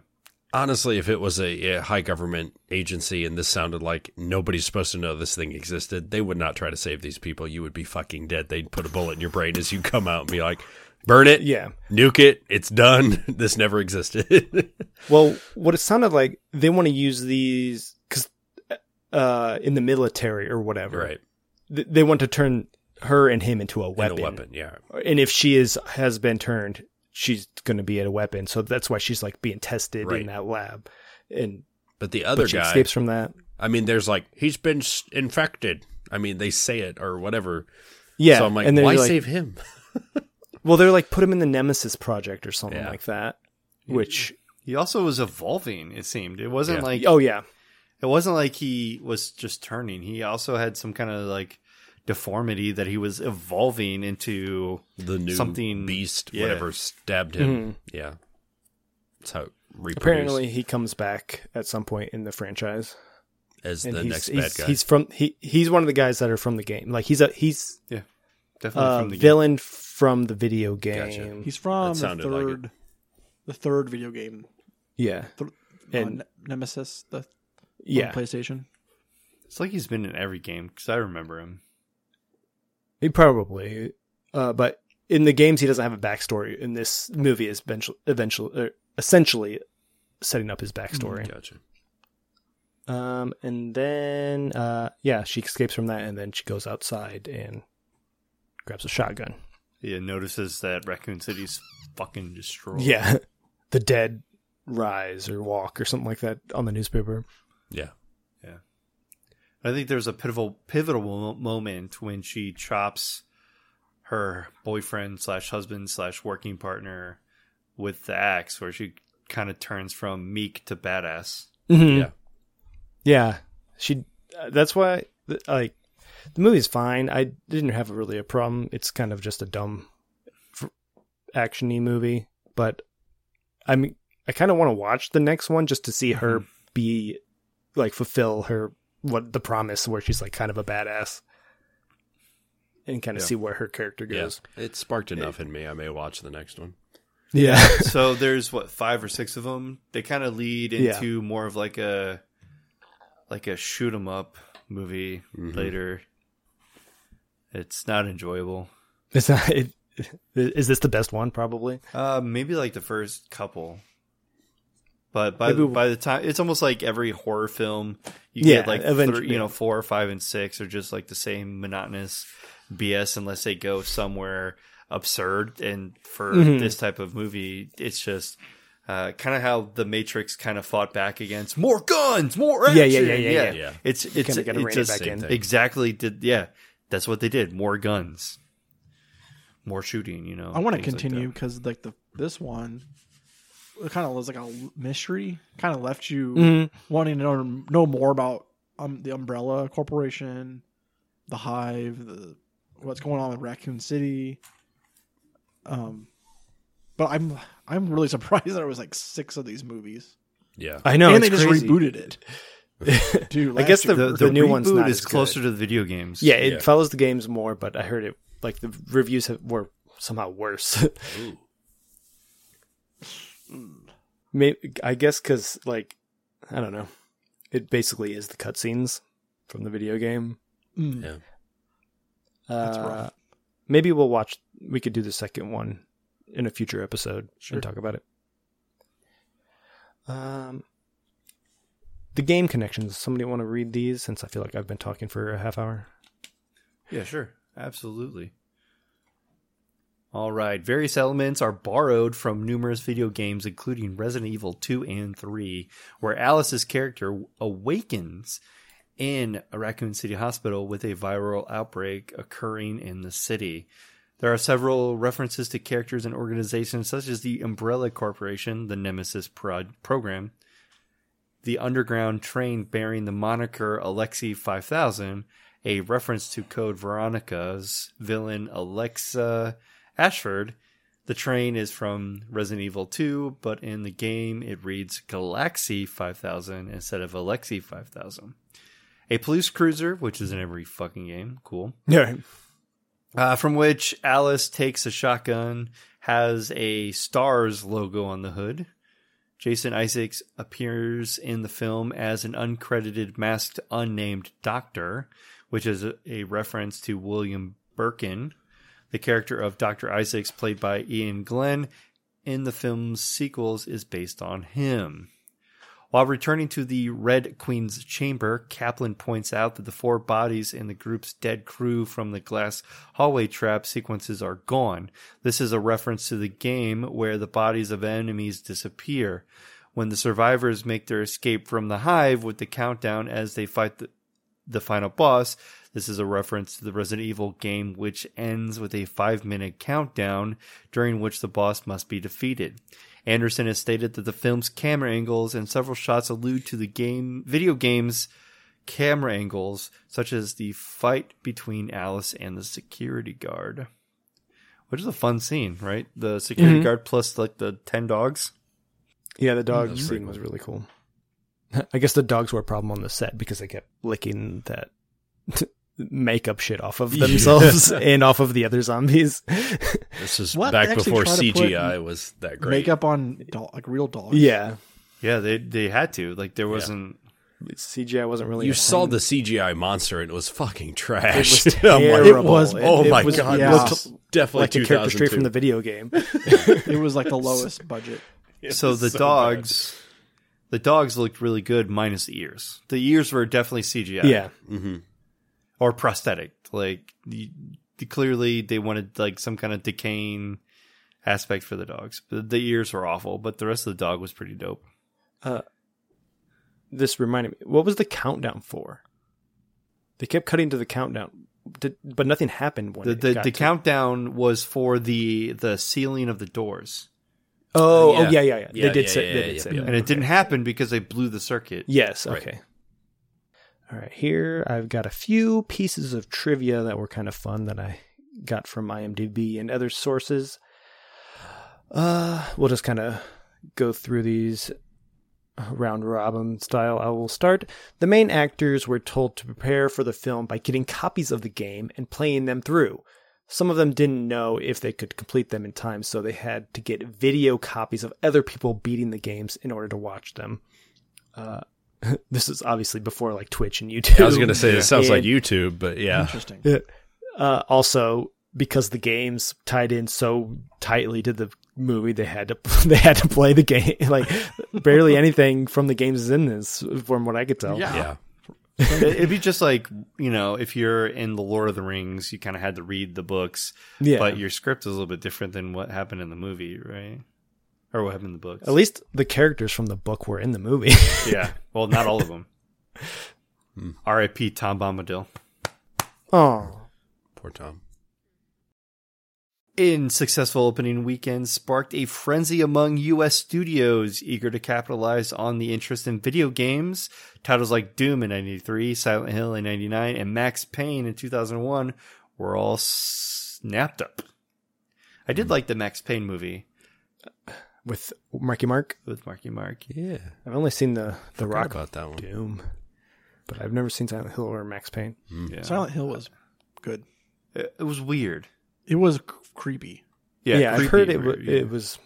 honestly, if it was a, a high government agency and this sounded like nobody's supposed to know this thing existed, they would not try to save these people. You would be fucking dead. They'd put a bullet in your brain as you come out and be like, burn it, Yeah. nuke it, it's done. This never existed. Well, what it sounded like they want to use these cuz uh in the military or whatever. right. Th- they want to turn her and him into a And a weapon. weapon. Yeah. And if she is has been turned, she's going to be a weapon. So that's why she's like being tested Right. in that lab. And But the other but she guy, escapes from that. I mean, there's like he's been s- infected. I mean, they say it or whatever. Yeah. so I'm like, and they're why like, save him? Well, they're like, put him in the Nemesis Project or something Yeah. like that. Which, He also was evolving. It seemed it wasn't Yeah. like oh, yeah. it wasn't like he was just turning. He also had some kind of like deformity that he was evolving into. The new Something- beast, yeah. whatever, stabbed him. Yeah, that's how it reproduced Apparently, he comes back at some point in the franchise. as And the he's, next he's, bad guy. he's from he he's one of the guys that are from the game. Like he's a he's Definitely a from the Uh, villain from the video game. Gotcha. He's from That the sounded like third, the third video game, Yeah, uh, And- Ne- Nemesis, the on yeah. PlayStation. game. It's like he's been in every game because I remember him. He probably, uh, but in the games he doesn't have a backstory. In this movie, is eventually, eventually, er, essentially setting up his backstory. gotcha. Um, and then uh, yeah, she escapes from that, and then she goes outside and grabs a shotgun. He notices that Raccoon City's fucking destroyed. Yeah, the dead rise or walk or something like that on the newspaper. Yeah, I think there's a pivotal pivotal mo- moment when she chops her boyfriend slash husband slash working partner with the axe, where she kind of turns from meek to badass. Yeah. Mm-hmm. yeah. She. Uh, that's why th- like the movie's fine. I didn't have really a problem. It's kind of just a dumb f- actiony movie, but I'm I kind of want to watch the next one just to see her Mm-hmm. be like fulfill her what the promise where she's like kind of a badass and kind of see where her character yeah. goes. It sparked enough in me. I may watch the next one. Yeah. so there's what five or six of them. They kind of lead Yeah. into more of like a like a shoot 'em up movie later. It's not enjoyable. Is that it, is this the best one probably? Uh, maybe like the first couple. But by Maybe the, we- by the time it's almost like every horror film, you Yeah, get like eventually. three, you know four or five and six are just like the same monotonous BS unless they go somewhere absurd. And for Mhm. this type of movie, it's just uh, kind of how the Matrix kind of fought back against more guns, more action. Yeah, yeah, yeah, yeah, yeah. Yeah. It's it's kinda gotta it rein it just back in. exactly did yeah. That's what they did. More guns, more shooting. You know, I want to things like that. continue because like the this one, it kind of was like a l- mystery. Kind of left you Mm-hmm. wanting to know know more about um the Umbrella Corporation, the Hive, the what's going on with Raccoon City. Um, but I'm I'm really surprised there was like six of these movies, Yeah, I know and they it's just crazy. rebooted it. Dude, I last guess the, year- the, the, the, new one's reboot not is as good. closer to the video games. Yeah, it Yeah. follows the games more, but I heard it like the reviews have, were somehow worse. Ooh. Maybe, I guess because like I don't know, it basically is the cutscenes from the video game. Mm. Yeah. That's Uh, rough. Maybe we'll watch. We could do the second one in a future episode Sure. and talk about it. Um, the game connections. Somebody want to read these since I feel like I've been talking for a half hour. Yeah, sure. Absolutely. All right. Various elements are borrowed from numerous video games, including Resident Evil 2 and 3, where Alice's character awakens in a Raccoon City hospital with a viral outbreak occurring in the city. There are several references to characters and organizations such as the Umbrella Corporation, the Nemesis Pro- program, the underground train bearing the moniker Alexei 5000, a reference to Code Veronica's villain Alexa Ashford. The train is from Resident Evil 2, but in the game it reads Galaxy 5000 instead of Alexi 5000. A police cruiser, which is in every fucking game, cool. Yeah. Uh, from which Alice takes a shotgun, has a stars logo on the hood. Jason Isaacs appears in the film as an uncredited, masked, unnamed doctor, which is a, a reference to William Birkin, the character of Dr. Isaacs, played by Ian Glenn, in the film's sequels, is based on him. While returning to the Red Queen's chamber, Kaplan points out that the four bodies in the group's dead crew from the glass hallway trap sequences are gone. This is a reference to the game where the bodies of enemies disappear. When the survivors make their escape from the hive with the countdown as they fight the, the final boss, this is a reference to the Resident Evil game, which ends with a five minute countdown during which the boss must be defeated. Anderson has stated that the film's camera angles and several shots allude to the game video game's camera angles, such as the fight between Alice and the security guard. Which is a fun scene, right? The security guard plus like the ten dogs. Yeah, the dog scene was really cool. I guess the dogs were a problem on the set because they kept licking that makeup shit off of themselves and off of the other zombies. This is What? They back actually before try to put CGI was that great. Makeup on doll, like real dogs. yeah, Yeah, they they had to. Like there wasn't CGI wasn't really. You a saw thing. the CGI monster and it was fucking trash. was I'm like, terrible. It was- oh It my was- god, yeah. this is definitely like the character straight from the 2002. video game. It was like the lowest budget. so the dogs the dogs looked really good minus the ears. The ears were definitely CGI. yeah, or prosthetic. Like you, clearly they wanted like some kind of decaying aspect for the dogs. The, the ears were awful, but the rest of the dog was pretty dope. this reminded me. What was the countdown for? They kept cutting to the countdown, Did, but nothing happened when The it the, got the to- countdown was for the the sealing of the doors, Oh, Yeah. oh yeah, yeah, yeah. Yeah, they did yeah, say, yeah, they did yeah, say yeah. that. and it didn't happen because they blew the circuit. Yes. Right. Okay. All right. Here I've got a few pieces of trivia that were kind of fun that I got from IMDb and other sources. Uh, we'll just kind of go through these round robin style. I will start. The main actors were told to prepare for the film by getting copies of the game and playing them through. Some of them didn't know if they could complete them in time, so they had to get video copies of other people beating the games in order to watch them. Uh, this is obviously before like Twitch and YouTube. I was gonna say it sounds like And- YouTube, but yeah, Interesting. uh, also because the games tied in so tightly to the movie they had to they had to play the game like barely anything from the games is in this from what i could tell yeah. It- It'd be just like you know if you're in the Lord of the Rings, you kind of had to read the books, Yeah. but your script is a little bit different than what happened in the movie, right? Or what happened in the books? at least the characters from the book were in the movie yeah. Well, not all of them. R.I.P. Tom Bombadil. oh Poor Tom. In successful opening weekend sparked a frenzy among US studios eager to capitalize on the interest in video games. Titles like Doom in 93, Silent Hill in 99, and Max Payne in 2001 were all snapped up. I did like the Max Payne movie with marky mark with Marky Mark. Yeah, i've only seen the the forgot rock about that one. doom but i've never seen silent hill or max payne Yeah. Silent Hill was good. It it was weird. It was c- creepy. yeah, i've creepy heard it, weird, w- yeah. it was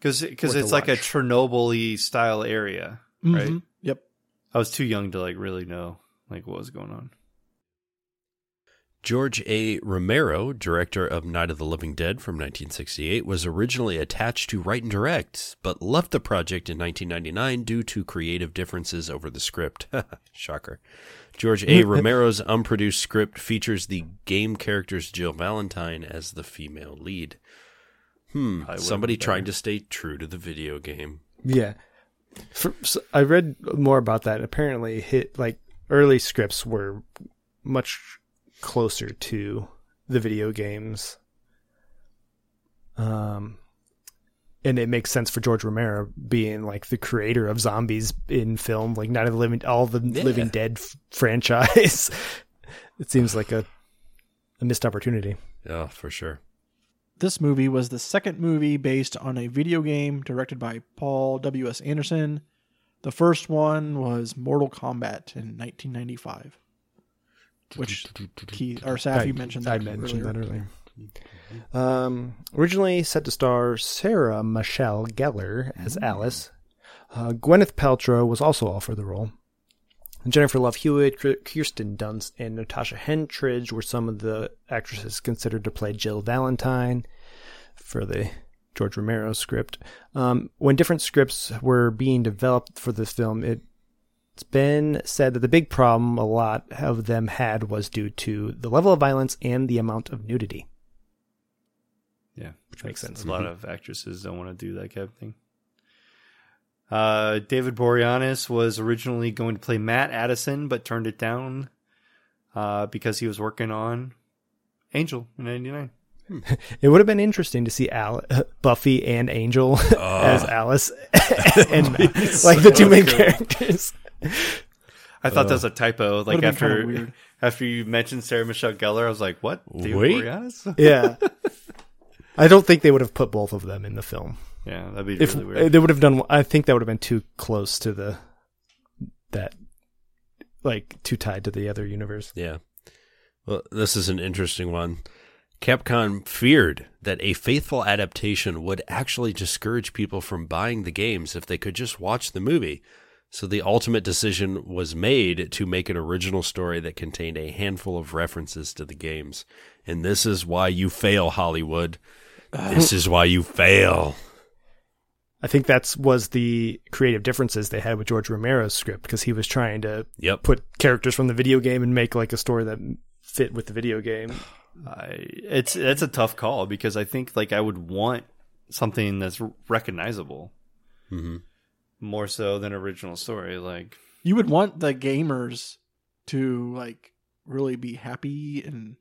Cause, cause Worth a it's like a watch. Chernobyl style area, right? Mm-hmm. Mhm. Yep. I was too young to like really know like what was going on. George A. Romero, director of Night of the Living Dead from 1968, was originally attached to write and direct, but left the project in 1999 due to creative differences over the script. Shocker. George A. Romero's unproduced script features the game characters Jill Valentine as the female lead. Hmm, would've somebody been better. trying to stay true to the video game. Yeah, For, so I read more about that. Apparently, hit like early scripts were much closer to the video games. Um, and it makes sense for George Romero being like the creator of zombies in film, like Night of the Living, all the Living Dead f- franchise. it seems like a a missed opportunity. Oh, for sure. This movie was the second movie based on a video game directed by Paul W.S. Anderson. The first one was Mortal Kombat in 1995, which Keith or Safi mentioned that I mentioned earlier. that earlier. Um, originally set to star Sarah Michelle Gellar as Mm. Alice. Uh, Gwyneth Paltrow was also offered the role. Jennifer Love Hewitt, Kir- Kirsten Dunst, and Natasha Hentridge were some of the actresses considered to play Jill Valentine for the George Romero's script. Um, when different scripts were being developed for this film, it, it's been said that the big problem a lot of them had was due to the level of violence and the amount of nudity. Yeah, which makes sense. Mm-hmm. A lot of actresses don't want to do that kind of thing. Uh, David Boreanaz was originally going to play Matt Addison, but turned it down uh, because he was working on Angel in '99. It would have been interesting to see Al- Buffy and Angel Ah. as Alice and like the two main characters. I thought that was a typo. Like Would've been kinda after weird. after you mentioned Sarah Michelle Gellar, I was like, "What? David Wait. Boreanaz? Yeah. I don't think they would have put both of them in the film. Yeah, that'd be If uh, really weird. they would have done I think that would have been too close to the that like too tied to the other universe. Yeah. Well, this is an interesting one. Capcom feared that a faithful adaptation would actually discourage people from buying the games if they could just watch the movie. So the ultimate decision was made to make an original story that contained a handful of references to the games. And this is why you fail, Hollywood. This is why you fail. I think that's was the creative differences they had with George Romero's script because he was trying to Yep. put characters from the video game and make like a story that fit with the video game. I, it's that's a tough call because I think like I would want something that's recognizable Mm-hmm. more so than original story. Like, You would want the gamers to like really be happy and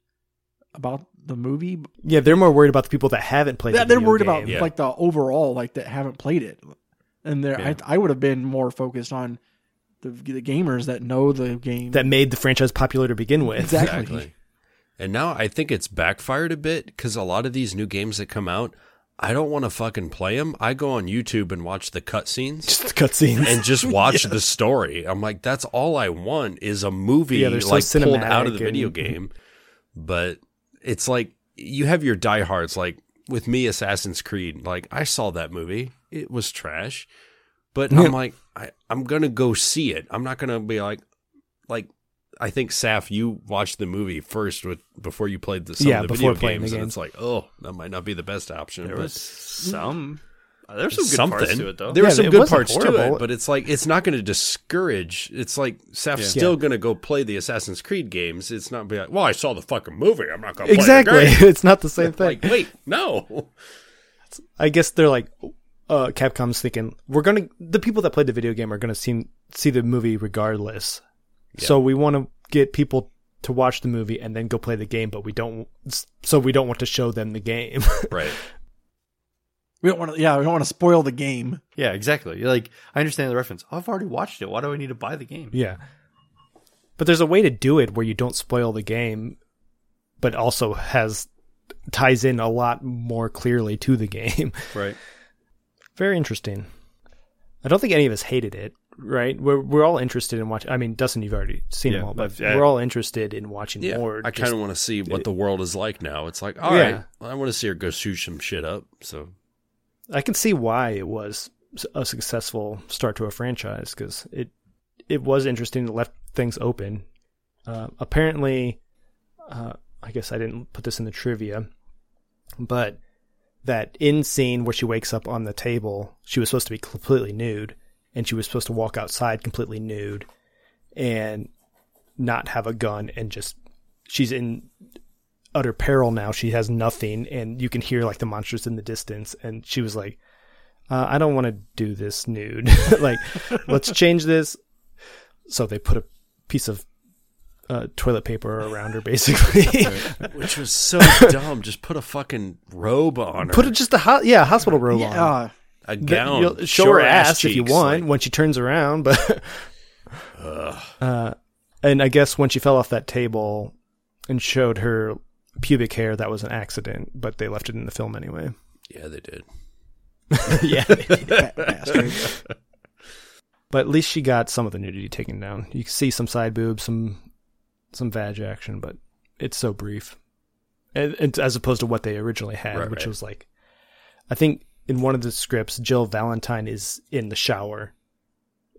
about the movie. but Yeah, they're more worried about the people that haven't played. That the they're video worried game. about Yeah. like the overall, like that haven't played it, and there Yeah. I, I would have been more focused on the, the gamers that know the game. that made the franchise popular to begin with. Exactly. Exactly. And now I think it's backfired a bit because a lot of these new games that come out, I don't want to fucking play them. I go on YouTube and watch the cutscenes Just cutscenes. and just watch the story. I'm like, that's all I want is a movie Yeah, they're so like pulled out of cinematic the video and- game. But it's like you have your diehards. Like with me, Assassin's Creed. Like I saw that movie, it was trash. But I'm like, I, I'm gonna go see it. I'm not gonna be like, like I think Saf, you watched the movie first with before you played the some Yeah, of the before video playing the games, and game. it's like, oh, that might not be the best option. there but was some. uh, There's some good parts to it though. There Yeah, were some it good wasn't parts to horrible. it, but it's like it's not going to discourage. It's like Seth's still going to go play the Assassin's Creed games. It's not be like, well, I saw the fucking movie. I'm not going to exactly. Play the game. it's not the same thing. Like, wait, no. I guess they're like, uh, Capcom's thinking we're gonna the people that played the video game are gonna see see the movie regardless. So we want to get people to watch the movie and then go play the game, but we don't. So we don't want to show them the game. Right. we don't want to. Yeah, we don't want to spoil the game. Yeah, exactly. You're Like I understand the reference. I've already watched it. Why do I need to buy the game? yeah. But there's a way to do it where you don't spoil the game, but also has ties in a lot more clearly to the game. Right. Very interesting. I don't think any of us hated it, right? We're we're all interested in watching. I mean, Dustin, you've already seen them Yeah, all, but I've- I- we're all interested in watching Yeah. more. I just- kind of want to see what the world is like now. It's like, all right, Yeah. I want to see her go shoot some shit up. So I can see why it was a successful start to a franchise because it it was interesting. It left things open. Uh, apparently, uh, I guess I didn't put this in the trivia, but that in scene where she wakes up on the table, she was supposed to be completely nude, and she was supposed to walk outside completely nude, and not have a gun, and just she's in utter peril now. She has nothing, and you can hear like the monsters in the distance. And she was like, uh, "I don't want to do this nude. like, let's change this." So they put a piece of uh, toilet paper around her, basically. which was so dumb. Just put a fucking robe on her, put a, just a ho- yeah hospital robe on. Yeah, ah, a Th- gown, you'll- show Show her ass, if you cheeks, want like- when she turns around, but. Uh, and I guess when she fell off that table and showed her pubic hair, that was an accident, but they left it in the film anyway. yeah, they did. yeah. ba- bastard. But at least she got some of the nudity taken down. You can see some side boobs, some some vag action, but it's so brief. And, and as opposed to what they originally had, Right, which right. was like I think in one of the scripts Jill Valentine is in the shower.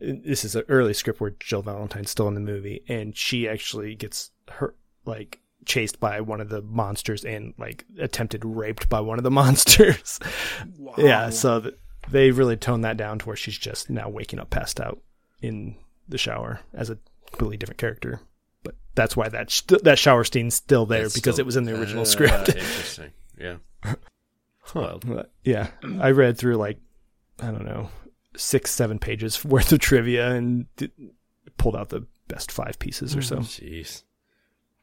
This is an early script where Jill Valentine's still in the movie and she actually gets her like chased by one of the monsters and like attempted raped by one of the monsters. Yeah, so th- they really toned that down to where she's just now waking up passed out in the shower as a completely different character. But that's why that sh- that shower scene's still there It's because still- it was in the original Uh, script. Interesting. Yeah. Huh. But, yeah, I read through like I don't know six seven pages worth of trivia and d- pulled out the best five pieces or so. Mm-hmm. Jeez.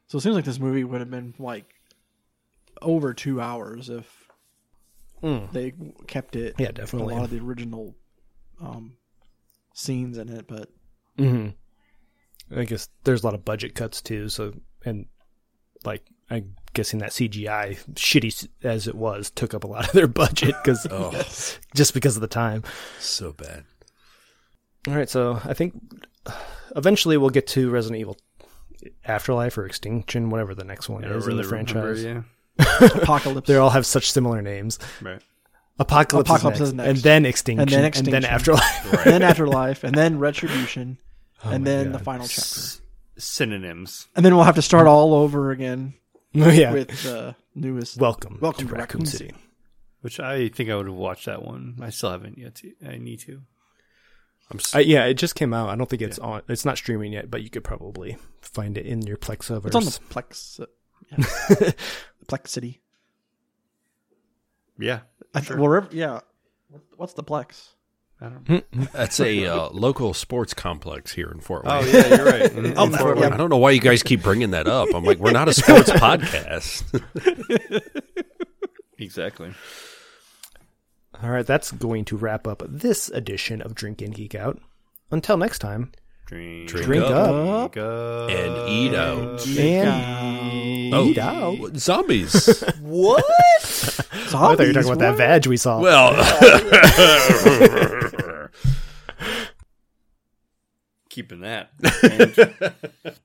So it seems like this movie would have been like over two hours if they kept it. Hmm. Yeah, with definitely. A lot of the original um, scenes in it, but hmm Mm-hmm. I guess there's a lot of budget cuts too. So and like I'm guessing that CGI, shitty s- as it was, took up a lot of their budget because Oh. just because of the time. So bad. All right, so I think eventually we'll get to Resident Evil Afterlife or Extinction, whatever the next one I is don't in the franchise. remember, yeah. Apocalypse. They all have such similar names. Right. Apocalypse, Apocalypse is, next, is next. and then Extinction, and then, Extinction. Afterlife. then Afterlife, and then Retribution, and Oh my then God. the final chapter. Synonyms. And then we'll have to start all over again yeah. with the newest. welcome, Welcome to Raccoon City. Which I think I would have watched that one. I still haven't yet. To, I need to. I'm s- I, Uh, yeah, it just came out. I don't think it's on. It's not streaming yet, but you could probably find it in your Plexoverse. It's on the Plex, uh, yeah. Plex City. Yeah. I th- wherever, yeah. What- What's the Plex? I don't. that's a uh, local sports complex here in Fort Wayne. oh yeah, you're right. In- Um, in Fort Wayne. I don't know why you guys keep bringing that up. I'm like, we're not a sports podcast. Exactly. All right, that's going to wrap up this edition of Drink and Geek Out. Until next time, Drink. drink up, Drink up. and eat out. and Oh, eat out. Zombies. I thought you were talking about that veg we saw. well, Keeping that.